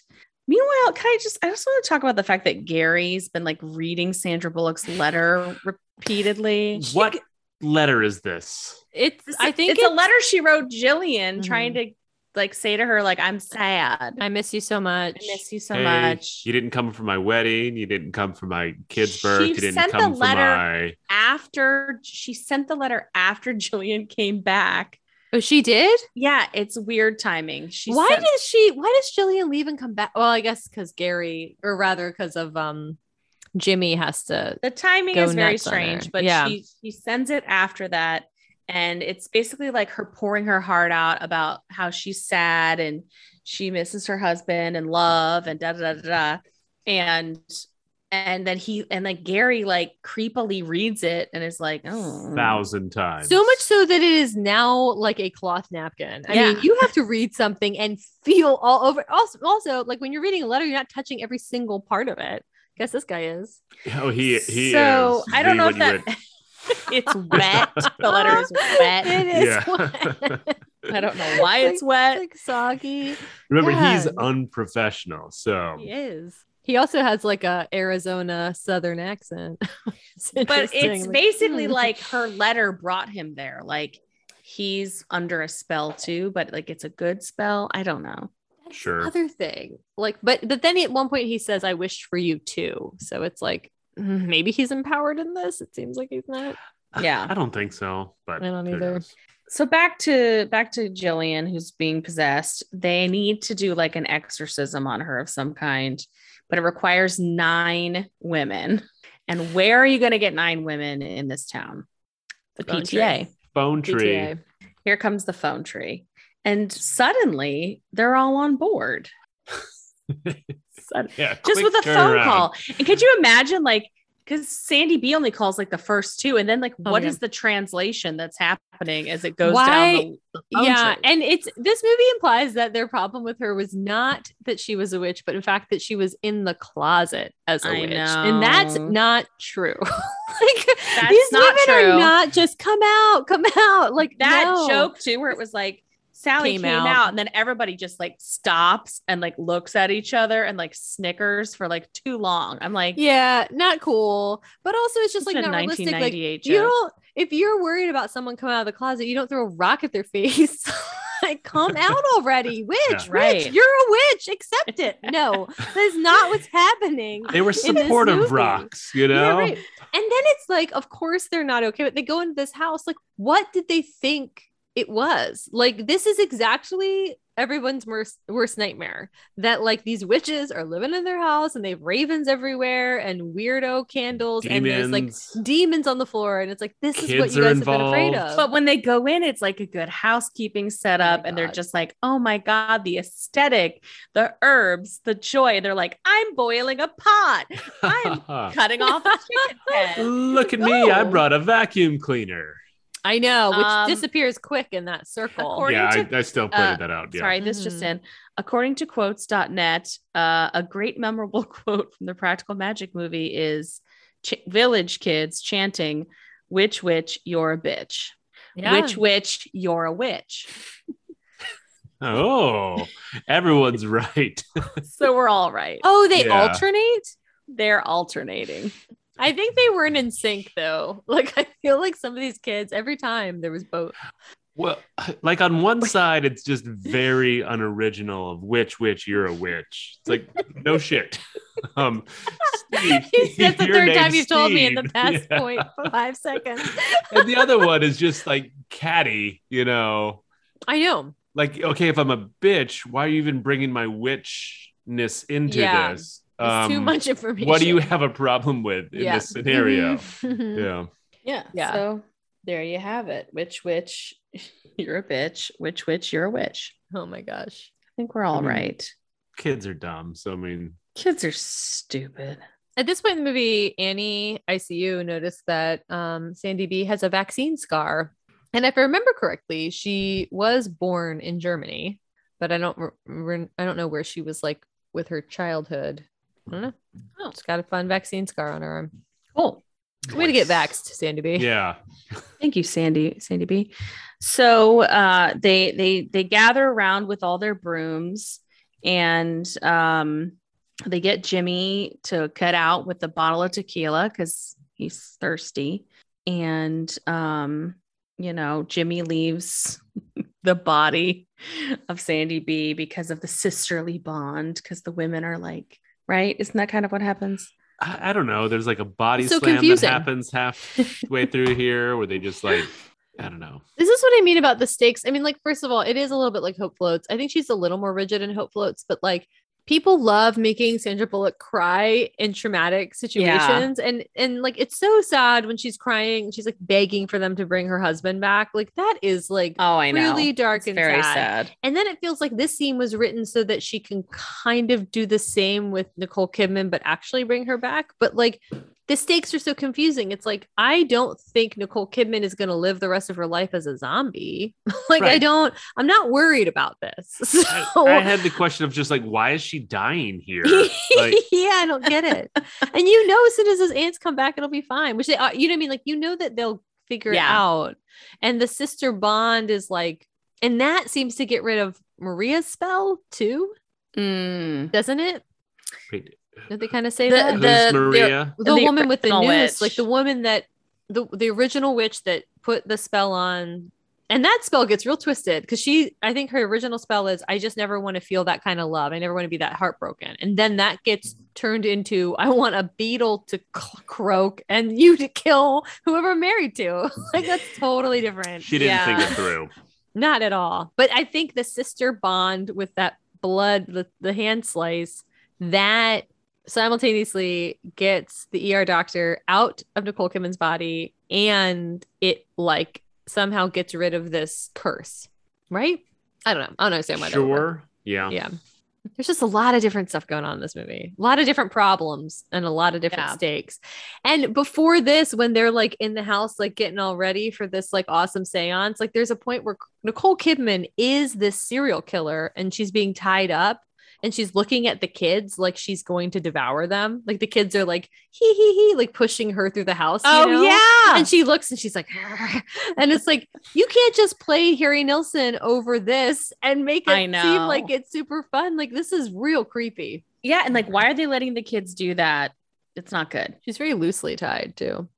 Meanwhile, can I just I just want to talk about the fact that Gary's been like reading Sandra Bullock's letter repeatedly.
what letter is this?
It's.
This-
I think
it's, a letter she wrote Jillian
Mhm.
trying to like say to her like I'm sad. I
I miss you so much.
miss you so
Hey,
much.
You didn't come for my wedding. You didn't come for my kid's birth.
She
you didn't
sent the
come for
letter-
my.
After she sent the letter after [LAUGHS] Jillian came back.
oh, she did.
Yeah, it's weird timing. She
why
sent-
does she? Why does Jillian leave and come back? Well, I guess because Gary, or rather, because of um, Jimmy has to.
the timing
go
is very
nuts on her.
strange, but
Yeah.
she she sends it after that and it's basically like her pouring her heart out about how she's sad and she misses her husband and love and da da da da, da. and and then he and then Gary like creepily reads it and is like, oh,
thousand times.
Mm. So much so that it is now like a cloth napkin. I
Yeah.
mean, you have to read something and feel all over. Also, also, like when you're reading a letter, you're not touching every single part of it. Guess this guy is.
Oh, he he.
so
is
I don't
the
know if
what you
that [LAUGHS] it's wet. The letter
[LAUGHS]
is wet.
it is
Yeah. [LAUGHS]
wet.
I don't know why it's wet.
like soggy.
would- Remember, he's
Yeah.
unprofessional. So
He is. He also has like a Arizona Southern accent. [LAUGHS]
But it's
basically
basically
hmm.
like her letter brought him there. Like he's under a spell too, but like it's a good spell. I don't know.
sure.
other thing. Like, but but then at one point he says, "I wished for you too." So it's like mm, maybe he's empowered in this. It seems like he's not.
Yeah.
I don't think so. But
I don't
who
either.
knows?
So back to back to Jillian who's being possessed. They need to do like an exorcism on her of some kind, but it requires 9 women. And where are you going to get 9 women in this town? The
Phone
PTA.
Phone tree.
PTA.
Here comes the phone tree. And suddenly they're all on board. Sud-
Yeah,
just
quick
with a phone
turnaround.
call. And could you imagine, like, because Sandy B only calls like the first two, and then like,
my
what
God.
is the translation that's happening as it goes
Why-
down? The, the phone
Yeah,
tree?
and it's this movie implies that their problem with her was not that she was a witch, but in fact that she was in the closet as a
I
witch, and that's
know.
not true. [LAUGHS] like
That's
these
not
women
true.
are not just come out, come out. Like
that
no.
joke too, where it was like Sally
Came
came,
out.
out. and then everybody just like stops and like looks at each other and like snickers for like too long. I'm like,
Yeah, not cool. But also, it's just
such
like
a
not realistic. Like
1998
you
joke.
don't. If you're worried about someone coming out of the closet, you don't throw a rock at their face. [LAUGHS] like,
[LAUGHS]
come out already, witch, witch.
right.
You're a witch. Accept it.
[LAUGHS]
No, that's not what's happening. [LAUGHS]
They were
this
supportive
movie.
rocks, you
Yeah,
know.
right. And then it's like, of course they're not okay, but they go into this house. Like, what did they think it was? Like, this is exactly everyone's worst, worst nightmare that like these witches are living in their house and they have ravens everywhere and weirdo candles and there's like
Demons.
demons on the floor. And it's like, this is what
Kids
you
are
guys have been afraid
involved.
of.
But when they go in, it's like a good housekeeping setup,
my
and they're
God.
just like, "Oh my god, the aesthetic, the herbs, the joy." They're like, "I'm boiling a pot,
[LAUGHS]
I'm cutting
[LAUGHS]
off a chicken's head."
Look at me! I
No.
brought a vacuum cleaner.
I know, which
Um,
disappears quick in that circle.
According
yeah,
to-
I, I still pointed
uh,
that out. Yeah.
Sorry, this just
Mhm.
in. According to quotes.net, uh, a great memorable [LAUGHS] quote from the Practical Magic movie is ch- village kids chanting, "Witch, witch, you're a bitch. Witch, witch, you're a witch."
Oh, everyone's [LAUGHS] right.
so we're all [LAUGHS] right.
Oh, they
Yeah.
alternate?
They're alternating.
I think they weren't in sync though. [LAUGHS] Like I feel like some of these kids, every time there was
[LAUGHS]
both.
Well, like on one side, it's just very unoriginal of which witch you're a witch. It's like no shit. [LAUGHS] Um, Steve,
[LAUGHS] That's the
your
third time
name's
you've told me in the
Steve. [LAUGHS]
past
Yeah.
point five seconds.
and the other one is just like catty, you know.
I know.
Like, okay, if I'm a bitch, why are you even bringing my witchness into
Yeah.
this?
It's too much information.
Um, What do you have a problem with in
Yeah.
this scenario? [LAUGHS]
Mhm.
Yeah.
Yeah.
Yeah.
So there you have it. Which witch [LAUGHS] you're a bitch, which witch you're a witch.
[LAUGHS] oh my gosh.
I think we're all
I mean-
right.
Kids are dumb. So, I mean,
Kids are stupid.
At this point in the movie, Annie ICU noticed that um, Sandy B has a vaccine scar. And if I remember correctly, she was born in Germany, but I don't re- re- I don't know where she was like with her childhood. I don't know.
Oh.
She's got a fun vaccine scar on her arm.
Cool.
Way to get vaxxed, Sandy B.
yeah.
Thank you, Sandy, Sandy B. So uh they they they gather around with all their brooms and um they get Jimmy to cut out with the bottle of tequila because he's thirsty. And um, you know, Jimmy leaves [LAUGHS] the body of Sandy B because of the sisterly bond, because the women are like, right? Isn't that kind of what happens?
I, I don't know. There's like a body
It's so
slam
confusing.
that happens
[LAUGHS]
halfway through here where they just like, I don't know.
This is what I mean about the stakes. I mean, like, first of all, it is a little bit like Hope Floats. I think she's a little more rigid in Hope Floats, but like people love making Sandra Bullock cry in traumatic situations and and like it's so sad when she's crying she's like begging for them to bring her husband back like that is like
Oh, I know.
really dark
It's
and
very
sad.
sad.
And then it feels like this scene was written so that she can kind of do the same with Nicole Kidman, but actually bring her back. But like the stakes are so confusing. It's like, I don't think Nicole Kidman is going to live the rest of her life as a zombie. [LAUGHS] like, I
Right.
don't, I'm not worried about this. [LAUGHS] So,
I, I had the question of just like, why is she dying
[LAUGHS]
here? Like,
yeah, I don't get
[LAUGHS]
it. and you know, as soon as those ants come back, it'll be fine, which they are, you know what I mean? Like, you know that they'll figure it
Yeah.
out. And the sister bond is like, and that seems to get rid of Maria's spell too.
Mm.
doesn't it?
wait,
Don't they kind of say
The-
that?
who's
the-
Maria?
The,
the
woman with the
original
noose,
witch.
like the woman that the the original witch that put the spell on, and that spell gets real twisted because she, I think her original spell is, I just never want to feel that kind of love. I never want to be that heartbroken, and then that gets turned into, I want a beetle to c- croak and you to kill whoever I'm married to. [LAUGHS] like that's totally different.
She didn't think
Yeah.
[LAUGHS]
it through.
Not at all. But I think the sister bond with that blood, the, the hand slice, that simultaneously gets the ER doctor out of Nicole Kidman's body and it like somehow gets rid of this curse, right? I don't know. I don't understand why. that would work.
Sure. Yeah.
Yeah. There's just a lot of different stuff going on in this movie. A lot of different problems and a lot of different
Yeah.
stakes. And before this, when they're like in the house, like getting all ready for this like awesome seance, like there's a point where Nicole Kidman is this serial killer and she's being tied up and she's looking at the kids like she's going to devour them. Like the kids are like hee hee hee, like pushing her through the house.
Oh,
you know?
yeah.
And she looks and she's like, [LAUGHS] "Argh." and it's like, you can't just play Harry Nilsson over this and make
I
it seem
know.
like it's super fun. Like, this is real creepy.
Yeah. And like, why are they letting the kids do that? It's not good.
She's very loosely tied, too.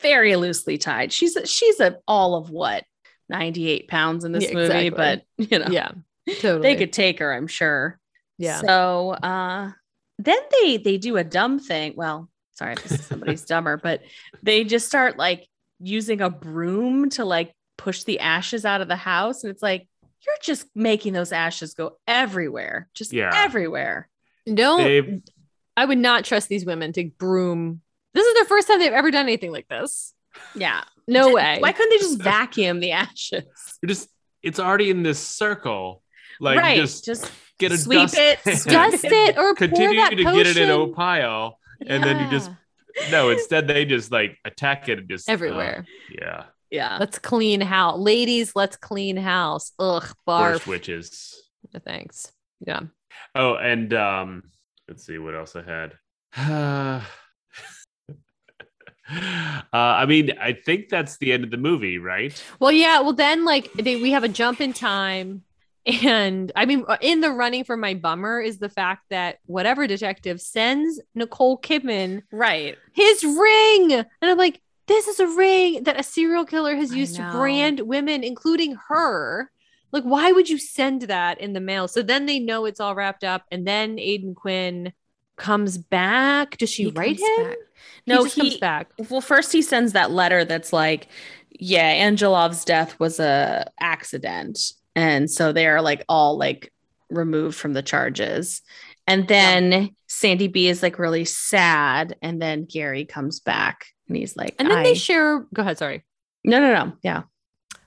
Very loosely tied. She's a, she's a all of what 98 pounds in this
Yeah,
movie,
exactly.
but you know,
Yeah, totally.
they could take her, I'm sure.
yeah.
So uh, then they they do a dumb thing. Well, sorry if this
[LAUGHS]
is somebody's dumber, but they just start like using a broom to like push the ashes out of the house, and it's like you're just making those ashes go everywhere, just
Yeah.
everywhere.
Don't,
They've-
I would not trust these women to broom. This is the first time they've ever done anything like this.
Yeah.
No way.
Why couldn't they just vacuum the ashes?
you're just it's already in this circle. Like
right.
just,
Just,
get a
sweep
dust [LAUGHS]
it,
pan.
Dust it or pour
Continue
that
to get it in
potion.
a pile. And then you just
Yeah.
no, instead they just like attack it and just uh,
everywhere.
yeah.
[LAUGHS] yeah.
let's clean house. Ladies, let's clean house. Ugh,
Worst
barf.
witches.
No, Thanks. Yeah.
Oh, and um, let's see what else I had. [SIGHS] uh, I mean, I think that's the end of the movie, right?
Well, yeah. Well, then, like, they, we have a jump in time. And I mean, uh, in the running for my bummer is the fact that whatever detective sends Nicole Kidman
Right.
his ring. And I'm like, this is a ring that a serial killer has
I
used to
know.
brand women, including her. Like, why would you send that in the mail? So then they know it's all wrapped up. And then Aiden Quinn comes back. Does she write
comes
him?
back. No,
he, just comes back.
Well, first he sends that letter that's like, yeah, Angelov's death was a accident. And so they are like all like removed from the charges. And then Sandy B is like really sad. And then Gary comes back and he's like,
And then they
I-
share. Go ahead. Sorry.
no, no, no. Yeah.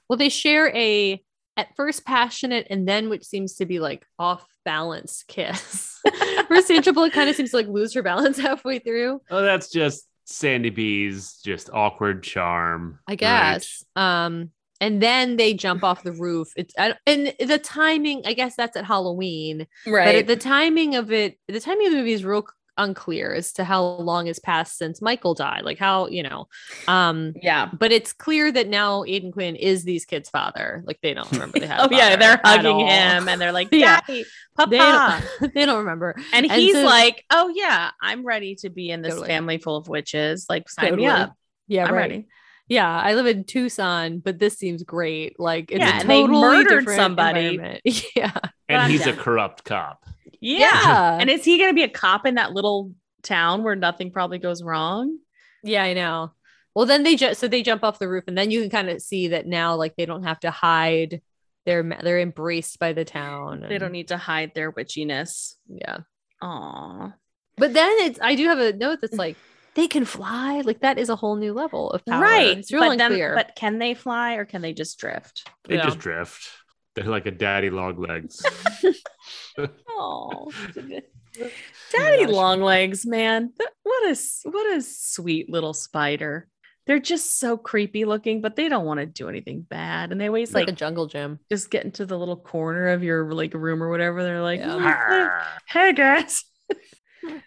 Well, they share a at first passionate and then which seems to be like off balance kiss. [LAUGHS] Where Sandra Bullock kind of seems to like lose her balance [LAUGHS] halfway through,
Oh, that's just Sandy B's just awkward charm.
I
right?
guess. Um, and then they jump off the roof. It's I, and the timing. I guess that's at Halloween. But
Right.
it- the timing of it, the timing of the movie is real c- unclear as to how long has passed since Michael died. Like how you know. Um,
yeah.
but it's clear that now Aiden Quinn is these kids' father. Like they don't remember they had. a
[LAUGHS] Oh, yeah.
father
They're
at
hugging
all.
him and they're like,
[LAUGHS] Yeah.
yeah,
They
papa.
don't, [LAUGHS] they don't remember.
And
And
he's
so-
like, oh, yeah, I'm ready to be in this
Totally.
family full of witches. Like, sign
Totally.
me up.
Yeah,
I'm
right.
ready.
Yeah, I live in Tucson, but this seems great. Like it's
Yeah,
a
and they
totally
murdered
different
somebody.
environment. [LAUGHS] Yeah.
And he's a
Gotcha.
corrupt cop.
yeah.
And
And is he going to be a cop in that little town where nothing probably goes wrong?
yeah, I know. Well, then they just so they jump off the roof, and then you can kind of see that now, like they don't have to hide. They're ma- they're embraced by the town.
They e-,
and-
don't need to hide their witchiness.
Yeah.
Aw.
But then it's I do have a note that's like they can fly. Like that is a whole new level of power.
Right.
It's real
but, then-
unclear.
but can they fly or can they just drift?
They
You know?
just drift. They're like a daddy log legs.
[LAUGHS]
Oh, daddy
gosh.
long legs, man. Th- What a s- what a sweet little spider. They're just so creepy looking, but they don't want to do anything bad, and they always
like,
like
a jungle gym.
just get into the little corner of your like room or whatever. They're
[LAUGHS]
like,
Yeah.
"Mm, hey- hey guys.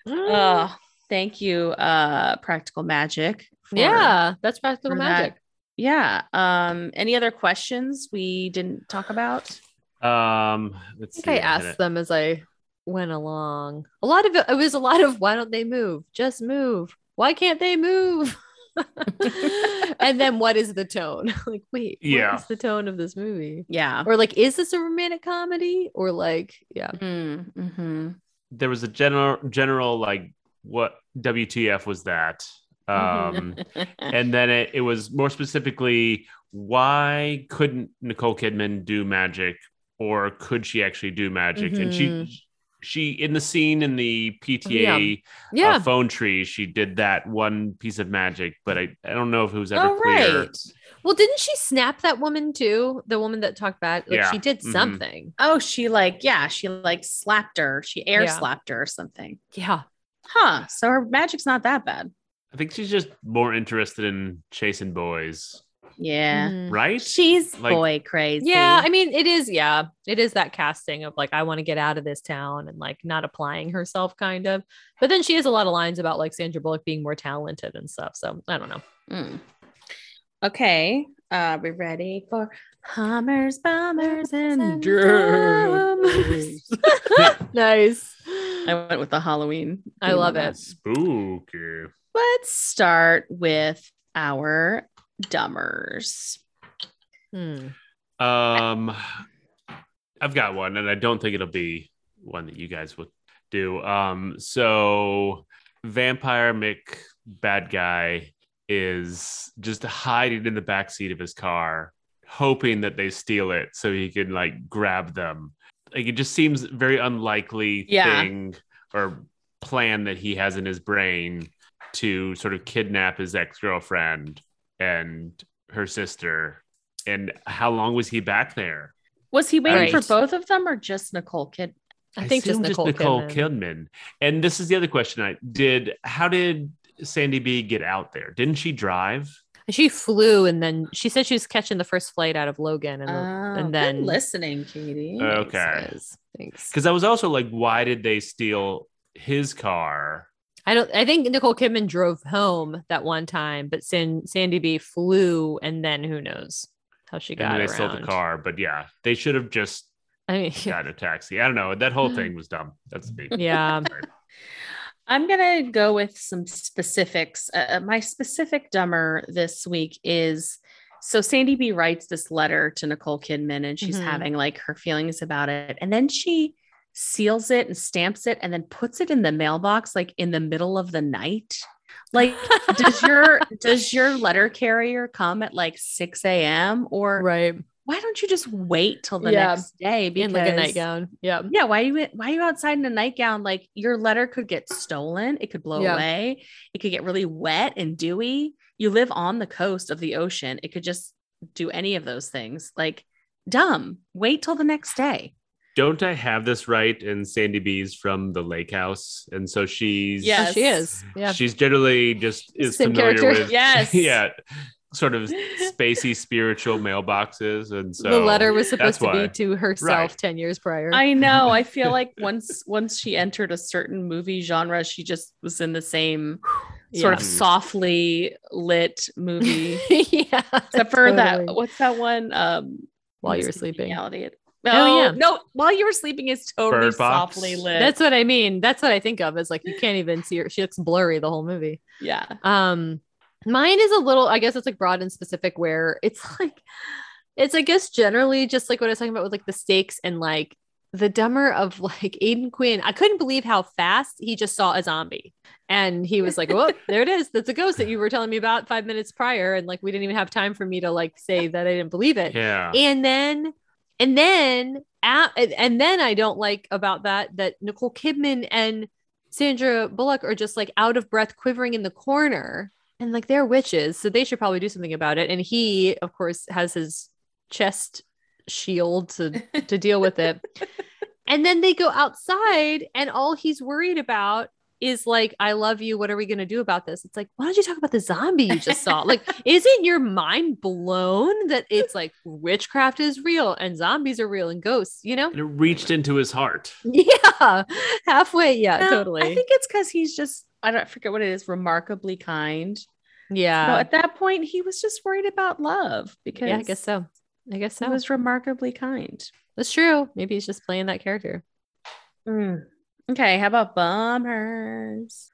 Oh, thank you, uh, Practical Magic. for-
yeah, that's practical
for that.
magic.
yeah. Um, any other questions we didn't talk about?
[LAUGHS] um, let's
I think
see.
I
a minute.
asked them as I went along. A lot of it, it was a lot of why don't they move? Just move. Why can't they
[LAUGHS]
move? and then what is the tone? [LAUGHS] like, wait,
Yeah.
what is the tone of this movie?
Yeah.
Or like, is this a romantic comedy? Or like, yeah.
Mm, mhm.
There was a general general like what WTF was that? Um,
Mm-hmm.
and then it, it was more specifically why couldn't Nicole Kidman do magic or could she actually do magic? And she she in the scene in the PTA
Mm-hmm. Yeah.
uh, phone tree, she did that one piece of magic, but I, I don't know if it was ever
Oh,
clear.
right.
well, didn't she snap that woman too? The woman that talked bad? Like,
Yeah.
she did
Mhm.
something.
Oh, she like, yeah, she like slapped her. She air
Yeah.
slapped her or something.
Yeah.
Huh. So her magic's not that bad.
I think she's just more interested in chasing boys,
Yeah.
Mhm.
right?
She's
Like-
boy crazy.
Yeah, I mean, it is. Yeah, it is that casting of like, I want to get out of this town and like not applying herself, kind of. But then she has a lot of lines about like Sandra Bullock being more talented and stuff. So I don't know.
Mm. Okay. Uh, we ready for Hummers, Bombers, and Drummers.
[LAUGHS] Nice.
I
I,
went with the Halloween.
I
theme
love
on
it.
that.
Spooky.
Let's start with our dumbers.
Hmm.
Um, I've got one, and I don't think it'll be one that you guys would do. Um, so vampire Mick bad guy is just hiding in the back seat of his car, hoping that they steal it so he can like grab them. Like it just seems very unlikely
Yeah.
thing or plan that he has in his brain to sort of kidnap his ex girlfriend and her sister and how long was he back there?
Was he waiting for
Right.
both of them or just Nicole Kid?
I think just
assume
Nicole, Kidman.
Kidman. And this is the other question I did. How did Sandy B get out there? Didn't she drive?
She flew, and then she said she was catching the first flight out of Logan, and,
Oh,
and
good
then
listening, Katie.
Uh, okay.
Says, Thanks.
Because I was also like, why did they steal his car?
I don't. I think Nicole Kidman drove home that one time, but San, Sandy B flew, and then who knows how she
And
got
then they
around.
stole the car. But yeah, they should
[LAUGHS]
have just
I mean,
gotten a taxi. I don't know. That whole thing was dumb. That's me.
yeah.
I'm going to go with some specifics. Uh, uh, my specific dumber this week is so Sandy B writes this letter to Nicole Kidman and she's
Mhm.
having like her feelings about it. And then she seals it and stamps it and then puts it in the mailbox like in the middle of the night.
[LAUGHS]
Like, does your does your letter carrier come at like 6 a.m. or
right?
why don't you just wait till the
Yeah.
next day?
In like a
Because-
nightgown. Yeah.
yeah why you why are you outside in a nightgown like your letter could get stolen it could blow
Yeah.
away it could get really wet and dewy you live on the coast of the ocean it could just do any of those things like dumb wait till the next day
Don't I have this right? And Sandy B's from the lake house. And so she's
Yeah.
Oh, she is. Yeah.
She's generally just is
Same
familiar
character.
with [LAUGHS]
Yes.
yeah, sort
[LAUGHS]
of spacey spiritual mailboxes, and so
the letter was
that's
supposed to
why.
be to herself
Right.
10 years prior.
[LAUGHS] i know i feel like once once she entered a certain movie genre she just was in the same sort of
Yeah.
softly lit movie
[LAUGHS] yeah.
except for that
totally.
what's that one um
while
Miss
you were sleeping.
Congeniality.
Oh,
No,
yeah.
No, while you were sleeping is totally
Bird Box.
softly lit.
That's what I mean. That's what I think of is like you can't even see her. She looks blurry the whole movie.
yeah.
[LAUGHS] Um, mine is a little, I guess it's like broad and specific where it's [LAUGHS] like, it's, I guess, generally just like what I was talking about with like the stakes and like the dumber of [LAUGHS] like Aiden Quinn. I couldn't believe how fast he just saw a zombie. And he was like, whoop, there it is. That's a ghost that you were telling me about five minutes prior. And like, we didn't even have time for me to like say that I didn't believe it.
yeah.
And then And then at, and then I don't like about that that Nicole Kidman and Sandra Bullock are just like out of breath, quivering in the corner, and like they're witches, so they should probably do something about it. And he, of course, has his chest shield to to deal with it. And then they go outside, and all he's worried about is like, I love you. What are we going to do about this? It's like, why don't you talk about the zombie you just saw?
[LAUGHS]
Like, isn't your mind blown that it's like witchcraft is real and zombies are real and ghosts, you
[LAUGHS]
know?
And it reached into his heart.
Yeah. Halfway. Yeah,
Well,
totally.
I think it's because he's just I don't I forget what it is, remarkably kind. So
yeah.
at that point, he was just worried about love because
yeah, I guess so. I guess
he
so.
was remarkably kind.
That's true. Maybe he's just playing that character.
Mm. Okay, how about bummers?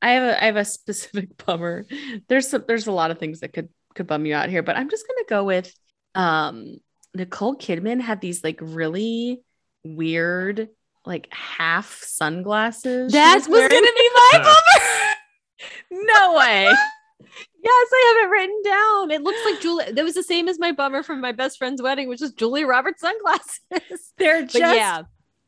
I have a [LAUGHS] I have a specific bummer. There's some, there's a lot of things that could could bum you out here, but I'm just gonna go with um Nicole Kidman had these like really weird like half sunglasses. she
That was going to
wearing.
be my
[LAUGHS] Huh.
[LAUGHS] no
[LAUGHS]
way.
Yes, I have it written down. It looks like Julie. That was the same as my bummer from my best friend's wedding, which is Julia Roberts sunglasses. [LAUGHS]
They're
But
just
yeah,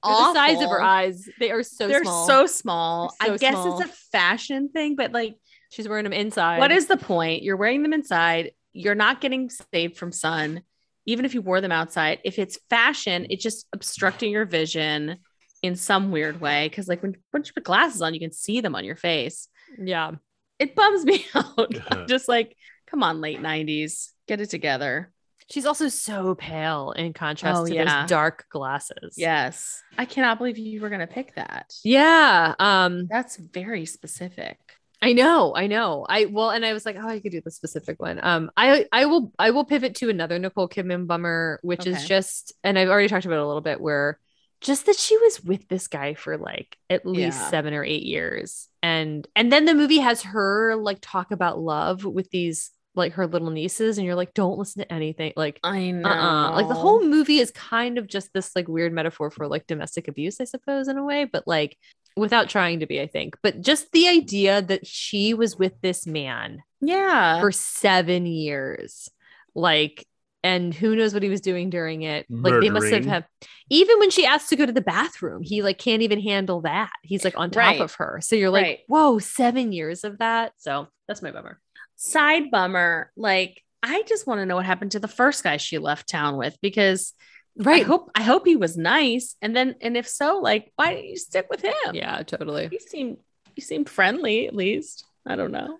they're the size of her
awful.
eyes. They are so
They're
small.
so small.
They're so
I guess
small.
it's a fashion thing, but like
She's wearing them inside.
What is the point? You're wearing them inside. You're not getting saved from sun, even if you wore them outside. If it's fashion, it's just obstructing your vision in some weird way. Because like when once you put glasses on, you can see them on your face.
Yeah.
It bums [LAUGHS] me
[LAUGHS]
out. I'm just like, come on, late '90s, get it together.
She's also so pale in contrast
Oh,
to
yeah.
those dark glasses.
Yes, I cannot believe you were gonna pick that.
Yeah. Um,
That's very specific.
I know, I know. I well, and I was like, oh, I could do the specific one. Um, I I will I will pivot to another Nicole Kidman bummer, which is
Okay.
just, and I've already talked about it a little bit, where just that she was with this guy for like at least
Yeah.
seven or eight years, and and then the movie has her like talk about love with these like her little nieces, and you're like, don't listen to anything, like
I know.
uh-uh. like the whole movie is kind of just this like weird metaphor for like domestic abuse i suppose in a way but like without trying to be i think but just the idea that she was with this man
yeah.
for seven years like and who knows what he was doing during it like they must have
Murdering.
have even when she asked to go to the bathroom he like can't even handle that he's like on top
Right.
of her so you're like
Right.
whoa seven years of that so that's my bummer
side bummer like i just want to know what happened to the first guy she left town with because i
right
hope i hope he was nice and then and if so like why didn't you stick with him
yeah totally
he seemed he seemed friendly at least i don't know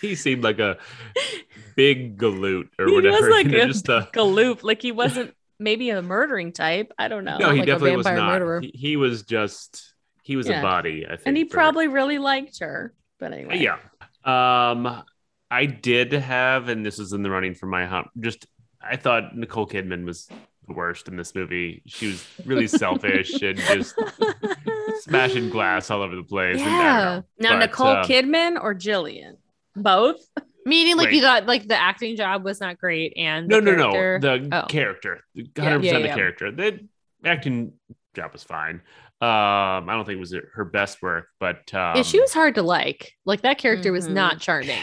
He seemed like a big galoot or
He was
whatever. [LAUGHS]
like
you know,
a
just the
galoop like he wasn't maybe a murdering type i don't know
no, he
like a
definitely was
vampire
not.
murderer.
He, he was just he was
Yeah.
a body. I think,
and he
for-
probably really liked her but anyway
yeah. Um, I did have, and this is in the running for my hump. Just I thought Nicole Kidman was the worst in this movie. She was really selfish and
[LAUGHS]
just smashing glass all over the place. and I don't know.
Yeah.
now
But,
nicole
uh,
kidman or jillian both
Meaning, like you
Wait.
thought, like the acting job was not great, and
no,
the
no,
character-
no. The
Oh.
character, hundred
Yeah,
percent the
yeah.
character. The acting job was fine. Um, I don't think it was her best work, but um,
yeah, she was hard to like. Like that character was
Mhm.
not [LAUGHS] charming.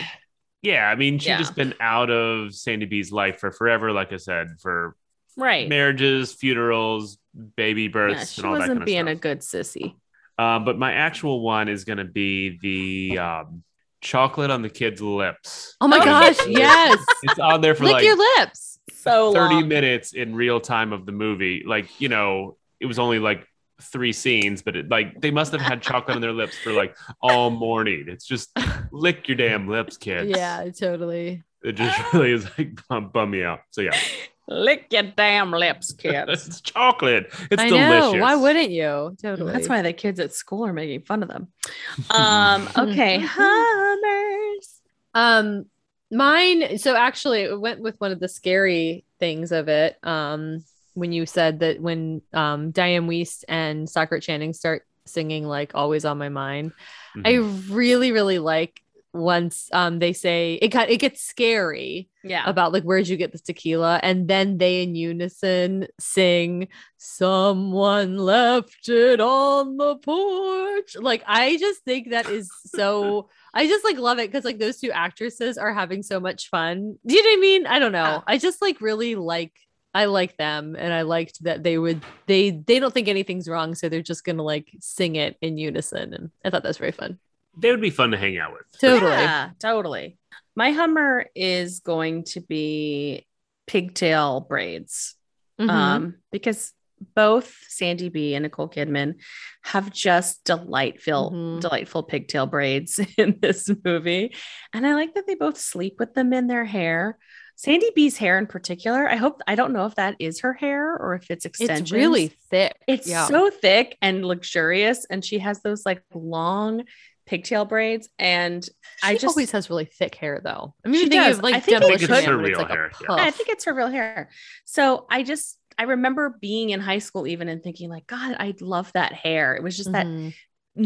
Yeah, I mean, she'd
Yeah.
just been out of Sandy B's life for forever. Like I said, for
right
marriages, funerals, baby
Yeah,
births,
she
and all that
wasn't
kind of
being
stuff.
a good sissy
Um, but my actual one is going to be the um, chocolate on the kid's lips.
Oh my
Oh,
gosh,
yeah.
yes.
[LAUGHS] It's on there for
Lick
like
your lips.
so
30
long.
minutes in real time of the movie. Like, you know, it was only like three scenes, but it, like they must have had chocolate on their lips for like all morning. It's just lick your damn lips, kids.
Yeah, totally.
It just really is like bum, bum me out. So yeah,
lick your damn lips [LAUGHS]
[LAUGHS]
kids
it's chocolate. It's
I know.
delicious.
Why wouldn't you? Totally.
That's
[LAUGHS]
why the kids at school are making fun of them. Um,
[LAUGHS]
okay, Hummers.
Mm-hmm. Um, mine. So actually, it went with one of the scary things of it. Um, when you said that when um Diane Weist and Soccer Channing start singing like "Always on My Mind." I
Mhm.
really, really like once um they say it got it gets scary
Yeah.
about like where'd you get this tequila and then they in unison sing someone left it on the porch like i just think that is [LAUGHS] so i just like love it because like those two actresses are having so much fun do you know what i mean i don't know
Yeah.
i just like really like I like them and I liked that they would they they don't think anything's wrong so they're just going to like sing it in unison and I thought that was very fun.
They would be fun to hang out with.
Totally.
Yeah, totally. My Hummer is going to be pigtail braids.
Mhm.
um, because both Sandy B and Nicole Kidman have just delightful,
Mhm.
delightful pigtail braids [LAUGHS] in this movie, and I like that they both sleep with them in their hair. Sandy B's hair in particular. I hope I don't know if that is her hair or if it's extensions.
it's really thick.
It's
yeah.
so thick and luxurious, and she has those like long pigtail braids. And
She
I just
always has really thick hair though. I mean
She
thinking
does.
of like
I think it
Demolition
could- I think it's
Man,
her
where it's
real
like a
hair, yeah.
puff.
Yeah, I think it's her real hair. So I just I remember being in high school even and thinking like God, I love that hair. It was just that
Mhm.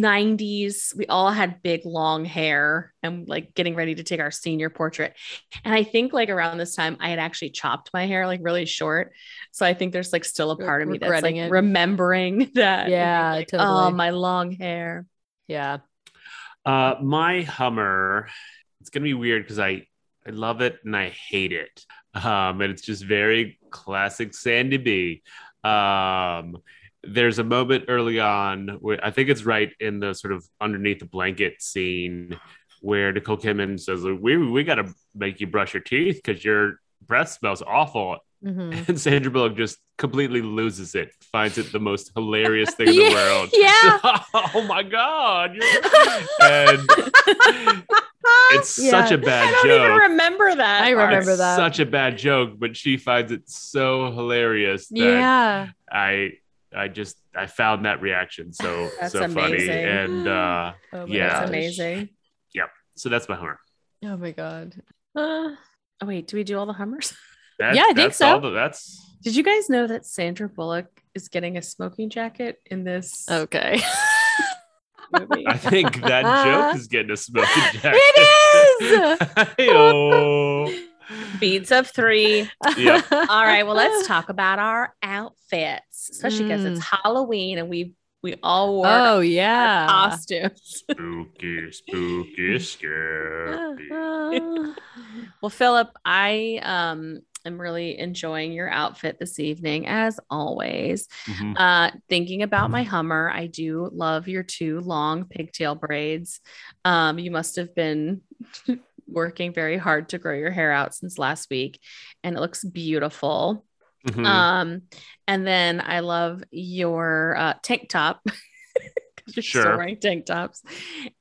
90s. We all had big long hair and like getting ready to take our senior portrait. And I think like around this time I had actually chopped my hair like really short. So I think there's like still a
Re-
part of me that's like
regretting it.
remembering that. and being
Yeah,
like, Oh,
totally.
my long hair.
yeah.
Uh, my Hummer, it's gonna be weird because I I love it and I hate it. Um, and it's just very classic Sandy B. Um, there's a moment early on where I think it's right in the sort of underneath the blanket scene where Nicole Kidman says, "We we gotta make you brush your teeth because your breath smells awful."
[LAUGHS]
Mhm.
And Sandra Bullock just completely loses it, finds it the most hilarious thing
[LAUGHS]
in
Yeah,
the world.
yeah.
[LAUGHS] oh my God. you're- and
[LAUGHS]
it's
Yeah.
such a bad
I don't
joke.
even remember that.
I
part.
remember
It's
that.
Such a bad joke, but she finds it so hilarious
[LAUGHS]
that
Yeah.
I I just I found that
[SIGHS]
reaction so
That's
so funny.
amazing.
And uh
Oh my
Yeah.
That's
gosh.
amazing.
so that's my hummer.
Oh my god.
Uh, [SIGHS] oh wait, do we do all the hummers?
That-
Yeah, I think
that's
so.
all the- that's
Did you guys know that Sandra Bullock is getting a smoking jacket in this
Okay.
movie?
I
[LAUGHS]
think that joke is getting a smoking jacket. [LAUGHS]
It [LAUGHS]
is. oh.
Beats of three.
Yep.
[LAUGHS] All right, well, [LAUGHS] let's talk about our outfits, especially because it's Halloween and we we all wore
Mm. Oh
our
yeah.
costumes.
Spooky, spooky, scary.
well, Philip, I um am really enjoying your outfit this evening, as always.
Mhm.
Uh, thinking about my Hummer, I do love your two long pigtail braids. Um, you must have been [LAUGHS] working very hard to grow your hair out since last week, and it looks beautiful.
Mhm.
Um, and then I love your uh, tank top. [LAUGHS] 'Cause You're still
Sure.
wearing tank tops,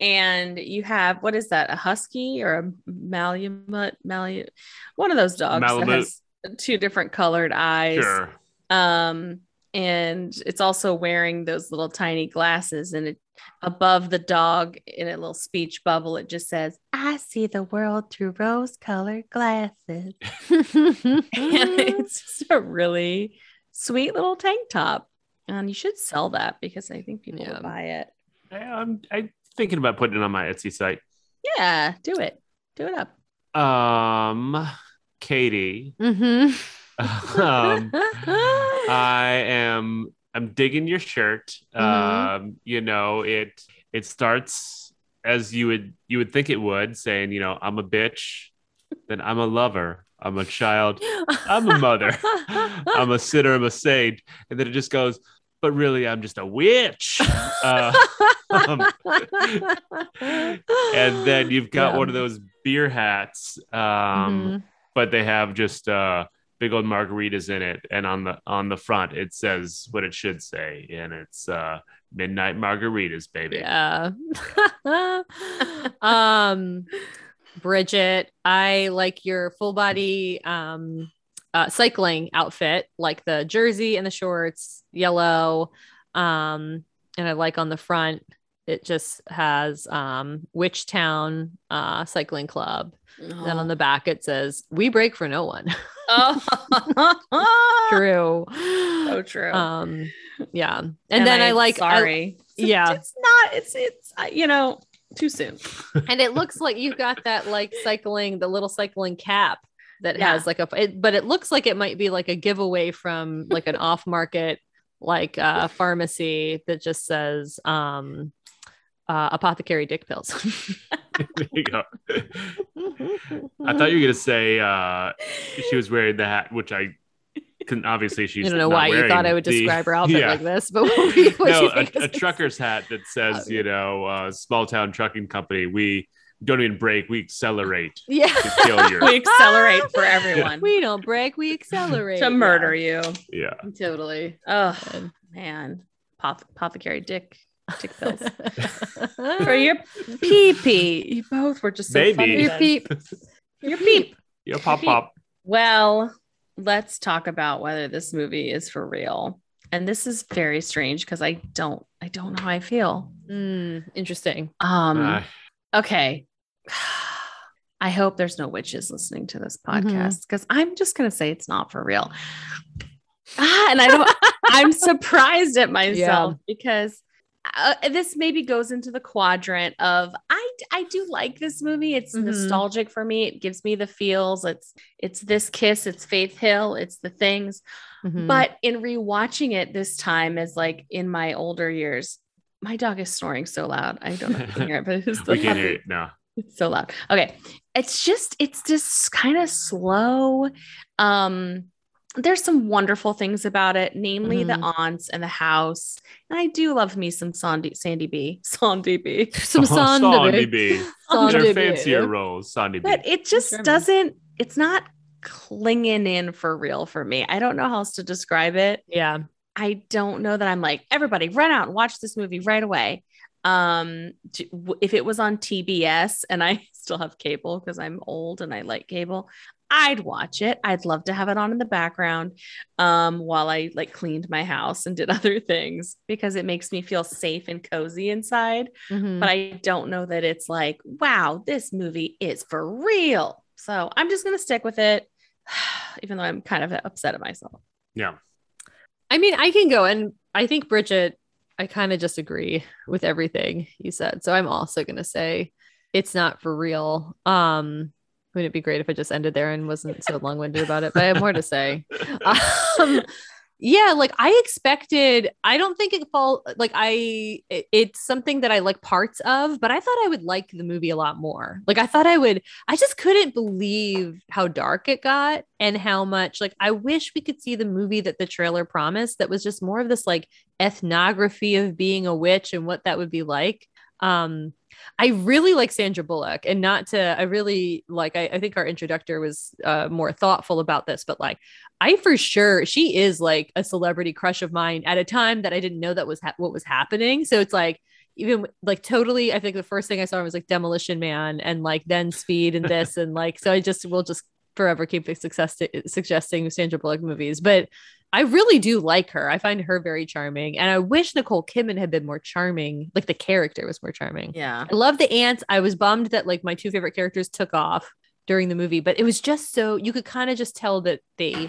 and you have what is that? A husky or a malamute? Malamute, one of those dogs that
Malamute.
has two different colored eyes.
sure.
Um, and it's also wearing those little tiny glasses, and it above the dog in a little speech bubble, it just says, "I see the world through rose-colored
[LAUGHS]
glasses." [LAUGHS] and
Mm-hmm.
Um,
it's just a really sweet little tank top. And you should sell that because I think people
Yeah.
would buy it.
I, I'm I thinking about putting it on my Etsy site.
Yeah, do it. Do it up.
Um, Katie, [LAUGHS]
Mhm. [LAUGHS]
um, I am I'm digging your shirt.
Mhm.
Um, you know it it starts as you would you would think it would, saying you know I'm a bitch, then I'm a lover, I'm a child, I'm a
[LAUGHS]
mother, [LAUGHS] I'm a sinner, I'm a saint, and then it just goes. But really, I'm just a witch. Uh, [LAUGHS] um, and
[LAUGHS]
then you've got
Yeah.
one of those beer hats. Um,
Mhm.
but they have just uh big old margaritas in it and on the on the front it says what it should say and it's uh midnight margaritas baby
Yeah. [LAUGHS] um Bridget, I like your full body um uh, cycling outfit, like the jersey and the shorts, yellow. Um and I like on the front it just has um Witch Town uh cycling club. Then [LAUGHS] on the back it says we break for no one.
oh.
[LAUGHS] True.
[LAUGHS] So true.
Um yeah. And, then I,
I'm
like I-
sorry.
[LAUGHS] yeah.
It's not, it's it's uh, you know, too soon.
and it looks like you've got that like cycling the little cycling cap that
Yeah.
has like a it, but it looks like it might be like a giveaway from like an off market like uh pharmacy that just says um uh, apothecary dick pills
[LAUGHS] There you go. i thought you were gonna say uh she was wearing the hat which i can obviously
[LAUGHS]
she's.
I don't know
not
why you thought
wearing
I would
the-
describe
[LAUGHS]
her outfit
Yeah.
like this, but [LAUGHS] what we, what
[LAUGHS] no,
you
a,
think
a
is- Oh,
trucker's hat that says, you know, uh, small town trucking company. We don't even break, we accelerate
Yeah,
to
[LAUGHS]
kill you.
we accelerate for everyone
we don't break, we accelerate
to murder you.
yeah.
Yeah. Totally.
Oh
Good.
man, Pop- apothecary dick dick [LAUGHS] pills for
[LAUGHS] For
your pee pee. You both were just so
Maybe.
funny
your
then.
peep.
Your peep.
You know, pop pop.
Well, let's talk about whether this movie is for real. And this is very strange because I don't I don't know how I feel.
Mm, interesting.
Um
Ah,
okay. [SIGHS] I hope there's no witches listening to this podcast because I'm just gonna say it's not for real. [SIGHS] Ah, and I don't I'm surprised at myself because uh, this maybe goes into the quadrant of I I do like this movie. It's
Mhm.
nostalgic for me. It gives me the feels. It's it's this kiss, it's Faith Hill, it's the things.
Mhm.
But in rewatching it this time as like in my older years, my dog is snoring so loud. I don't know if you can hear it, but it's
[LAUGHS]
the
we can't
puppy.
hear it. No.
It's so loud. Okay. It's just, it's just kind of slow. Um, there's some wonderful things about it, namely the aunts and the house. And I do love me some Sandy, Sandy B. [LAUGHS] Sandy B.
[LAUGHS]
[LAUGHS]
some sun
Sandy Uh-huh. B.
[LAUGHS] Sandy B.
Your fancier roles, Sandy B.
But it just
German.
doesn't, it's not clinging in for real for me. I don't know how else to describe it.
Yeah.
I don't know that I'm like, everybody run out and watch this movie right away. Um, t- w- if it was on TBS and I [LAUGHS] still have cable because I'm old and I like cable, I'd watch it. I'd love to have it on in the background um, while I like cleaned my house and did [LAUGHS] other things because it makes me feel safe and cozy inside.
Mhm.
But I don't know that it's like, wow, this movie is for real. So I'm just going to stick with it, [SIGHS] even though I'm kind of upset at myself.
yeah.
I mean, I can go, and I think Bridget, I kind of just agree with everything you said. So I'm also gonna say it's not for real. Um, wouldn't it be great if I just ended there and wasn't so long-winded about it? But I have more to
[LAUGHS]
say. Um, yeah, like I expected. I don't think it fall like I. it- it's something that I like parts of, but I thought I would like the movie a lot more. Like I thought I would. I just couldn't believe how dark it got and how much like I wish we could see the movie that the trailer promised that was just more of this like ethnography of being a witch and what that would be like. Um I really like Sandra Bullock and not to I really like I, I think our introductor was uh more thoughtful about this, but like I for sure she is like a celebrity crush of mine at a time that I didn't know that was ha- what was happening. So it's like even like totally i think the first thing i saw was like demolition man and like then speed and this and like so i just will just forever keep success suggesting sandra bullock movies but i really do like her i find her very charming and i wish nicole kidman had been more charming like the character was more charming
[LAUGHS] Yeah.
I love the ants. I was bummed that like my two favorite characters took off during the movie, but it was just so you could kind of just tell that they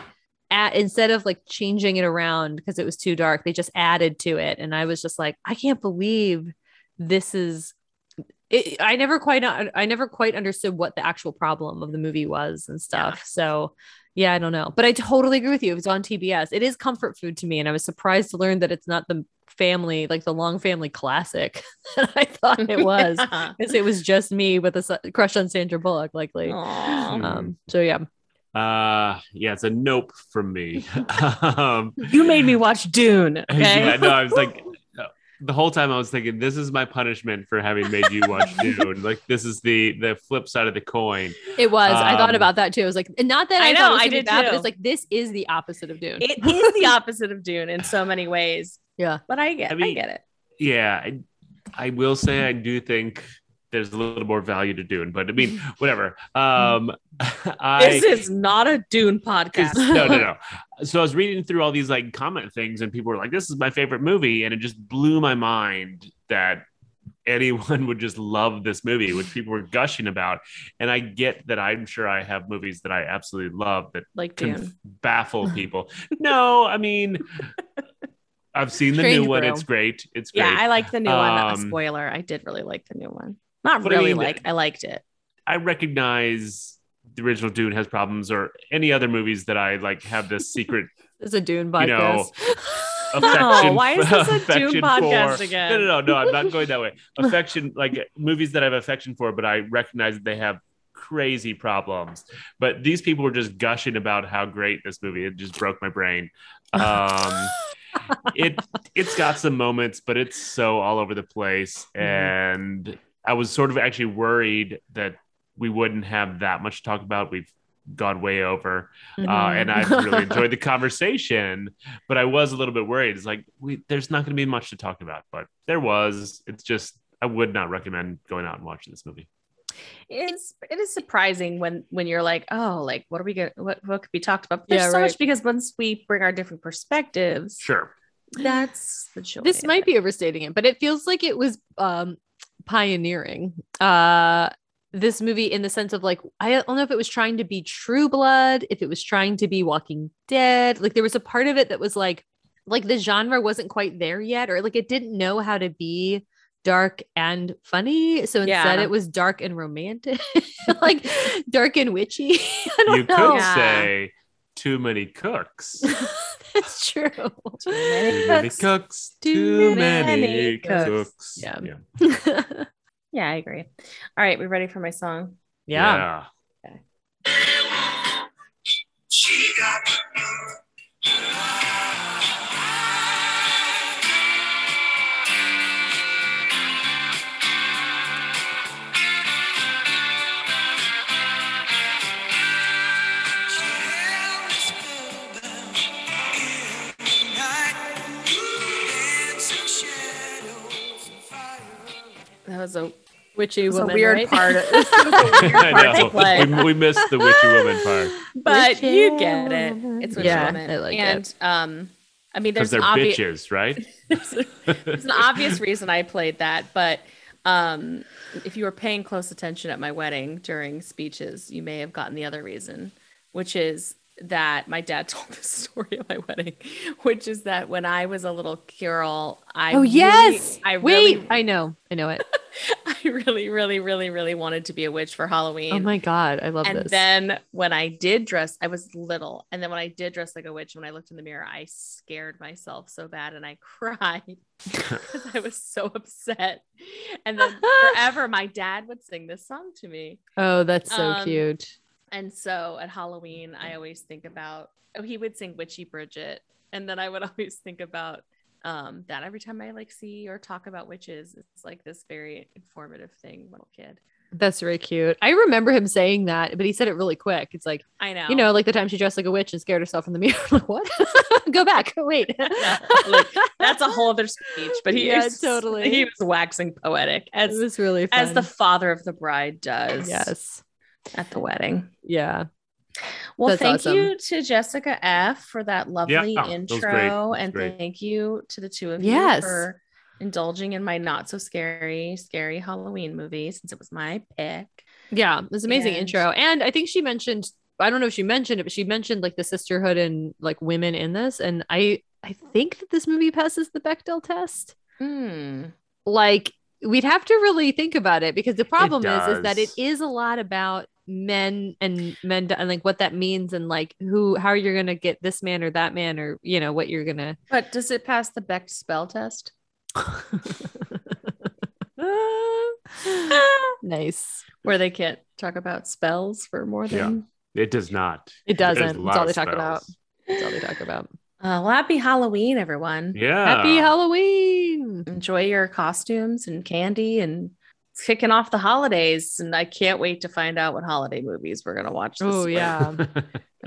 at, instead of like changing it around because it was too dark, they just added to it. And I was just like, I can't believe this is it, I never quite I never quite understood what the actual problem of the movie was and stuff. So yeah, I don't know. But I totally agree with you. If it's on TBS, it is comfort food to me. And I was surprised to learn that it's not the family, like the long family classic [LAUGHS] that I thought it was.
Yeah.
Because it was just me with a su- crush on Sandra Bullock, likely.
Aw.
Mm.
Um, so yeah.
Uh, yeah, it's a nope from
[LAUGHS]
me. [LAUGHS] um, [LAUGHS]
[LAUGHS] You made me watch Dune. Okay.
Yeah, no, I was like, uh, the whole time I was thinking, this is my punishment for having made you
[LAUGHS]
watch Dune. Like, this is the the flip side of the coin.
It was. I thought
Um,
about that too. It was like, and not that I,
I
thought
know,
it was
I
gonna be
did
bad, but
too.
it's like this is the opposite of Dune.
It is the opposite of Dune in so many ways.
Yeah.
But I get
I mean-
I get it.
Yeah, I, I will say I do think there's a little more value to Dune, but I mean,
[LAUGHS]
whatever. Um, [LAUGHS] I [LAUGHS]
This is not a Dune podcast. [LAUGHS]
no, no, no. So I was reading through all these like comment things, and people were like, "This is my favorite movie," and it just blew my mind that anyone [LAUGHS] would just love this movie,
[SIGHS]
which people were gushing about. And I get that. I'm sure I have movies that I absolutely love that
Like
can
Dune.
baffle
[LAUGHS]
people. no, I mean, I've seen the
Strange
new one.
Brew.
It's great. It's great.
Yeah, I like the new one. A
Um,
spoiler. I did really like the new one. Not
But I
really
mean-
like. I liked it.
I recognize the original Dune has problems, or any other movies that I like have this secret
It's a Dune
You know, uh,
podcast. [LAUGHS]
affection.
Oh, why is this
[LAUGHS]
a
affection
Dune podcast
for-
again?
No,
[LAUGHS]
no, no, no. I'm not going that way. Affection, like movies that I have affection for, but I recognize that they have crazy problems. But these people were just gushing about how great this movie. It just broke my brain.
[LAUGHS]
Um, it it's got some moments, but it's so all over the place.
Mm-hmm.
Mhm.
And I was sort of actually worried that we wouldn't have that much to talk about. We've gone way over uh,
[LAUGHS]
and I [LAUGHS] really enjoyed the conversation. But I was a little bit worried. It's like we, there's not going to be much to talk about, but there was. It's just I would not recommend going out and watching this movie.
it's it is surprising when when you're like oh like what are we gonna what, what could be talked about But
Yeah,
there's so
right.
much because once we bring our different perspectives
[LAUGHS] Sure,
that's the joy
this
of
might
it.
be overstating it, but it feels like it was um pioneering uh this movie in the sense of like I don't know if it was trying to be True Blood, if it was trying to be Walking Dead. Like there was a part of it that was like like the genre wasn't quite there yet or like it didn't know how to be dark and funny. So instead
Yeah.
it was dark and romantic. [LAUGHS] like dark and witchy. [LAUGHS] I don't
you
know.
could
Yeah.
say too many cooks, too
That's true.
Too
[LAUGHS]
many
many
cooks.
cooks,
Too
too,
many
many,
cooks.
cooks.
Yeah.
yeah.
[LAUGHS]
yeah i agree all right we ready for my song
yeah.
that was a,
Witchy
was a
woman,
weird
right?
[LAUGHS] part of- this was a
[LAUGHS]
weird part
I
to play.
know. We, we missed the
[LAUGHS]
witchy woman part
but
Witchy
you get it
woman.
it's
Yeah,
yeah
I like it.
and um i mean
because
there's
they're
an obvious
bitches, right?
It's an obvious reason I played that, but um, if you were paying close attention at my wedding during speeches, you may have gotten the other reason, which is that my dad [LAUGHS] told this story at my wedding, which is that when I was a little girl, I
oh
really-
yes.
I
Wait,
really, [LAUGHS]
I know. I know it.
I really, really, really, really wanted to be a witch for Halloween.
Oh my god, I love
and
this.
then when I did dress, I was little, and then when I did dress like a witch, when I looked in the mirror, I scared myself so bad and I [LAUGHS] cried because I was so upset.
[LAUGHS]
And then forever, my dad would sing this song to me,
oh, that's so
um,
cute.
and so at Halloween, I always think about oh, he would sing Witchy Bridget, and then I would [LAUGHS] always think about um that every time I like see or talk about witches. It's like this very informative thing, little kid.
That's really cute. I remember him saying that, but he said it really quick. It's like,
I know,
you know, like the time she dressed like a witch and scared herself in the [LAUGHS] mirror. like, what? Go back. Wait. [LAUGHS]
[LAUGHS] Yeah, like, that's a whole other speech but he
Yeah,
is
totally.
he was waxing poetic
It
as
was really fun.
as the father of the bride does
yes.
at the wedding
Yeah.
well
That's
thank
awesome.
you to jessica f for that lovely
that was
intro
great. That was
and
great.
thank you to the two of
Yes.
you for indulging in my not so scary scary halloween movie since it was my pick
Yeah. It was an amazing
And-
intro. And I think she mentioned, I don't know if she mentioned it, but she mentioned like the sisterhood and like women in this. And I, I think that this movie passes the Bechdel test.
Hmm.
like we'd have to really think about it because the problem is is that it
does.
is a lot about men and men and like what that means and like who how you're gonna get this man or that man or you know what you're gonna
but does it pass the beck spell test Ah.
[LAUGHS] nice
where they can't talk about spells for more
Yeah.
than
It does not.
it
There's
doesn't it's
a lot
all
of
they talk about
spells.
it's all [LAUGHS] they talk about
Uh, well, happy Halloween, everyone.
Yeah. [LAUGHS]
happy halloween
Enjoy your costumes and candy and it's kicking off the holidays. And I can't wait to find out what holiday movies we're going to watch. This
oh
year. [LAUGHS]
yeah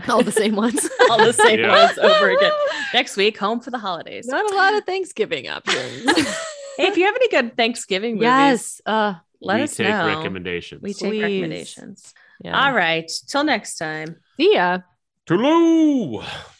all the same ones
All
[LAUGHS]
the same
Yeah.
ones over again. Next week, home for the holidays.
not a lot of thanksgiving
[LAUGHS]
options
Hey, if you have any good Thanksgiving movies,
yes uh
let
we
us
take
know.
recommendations.
we take
Please.
recommendations.
yeah
All right. Till next time.
see ya
Toodaloo!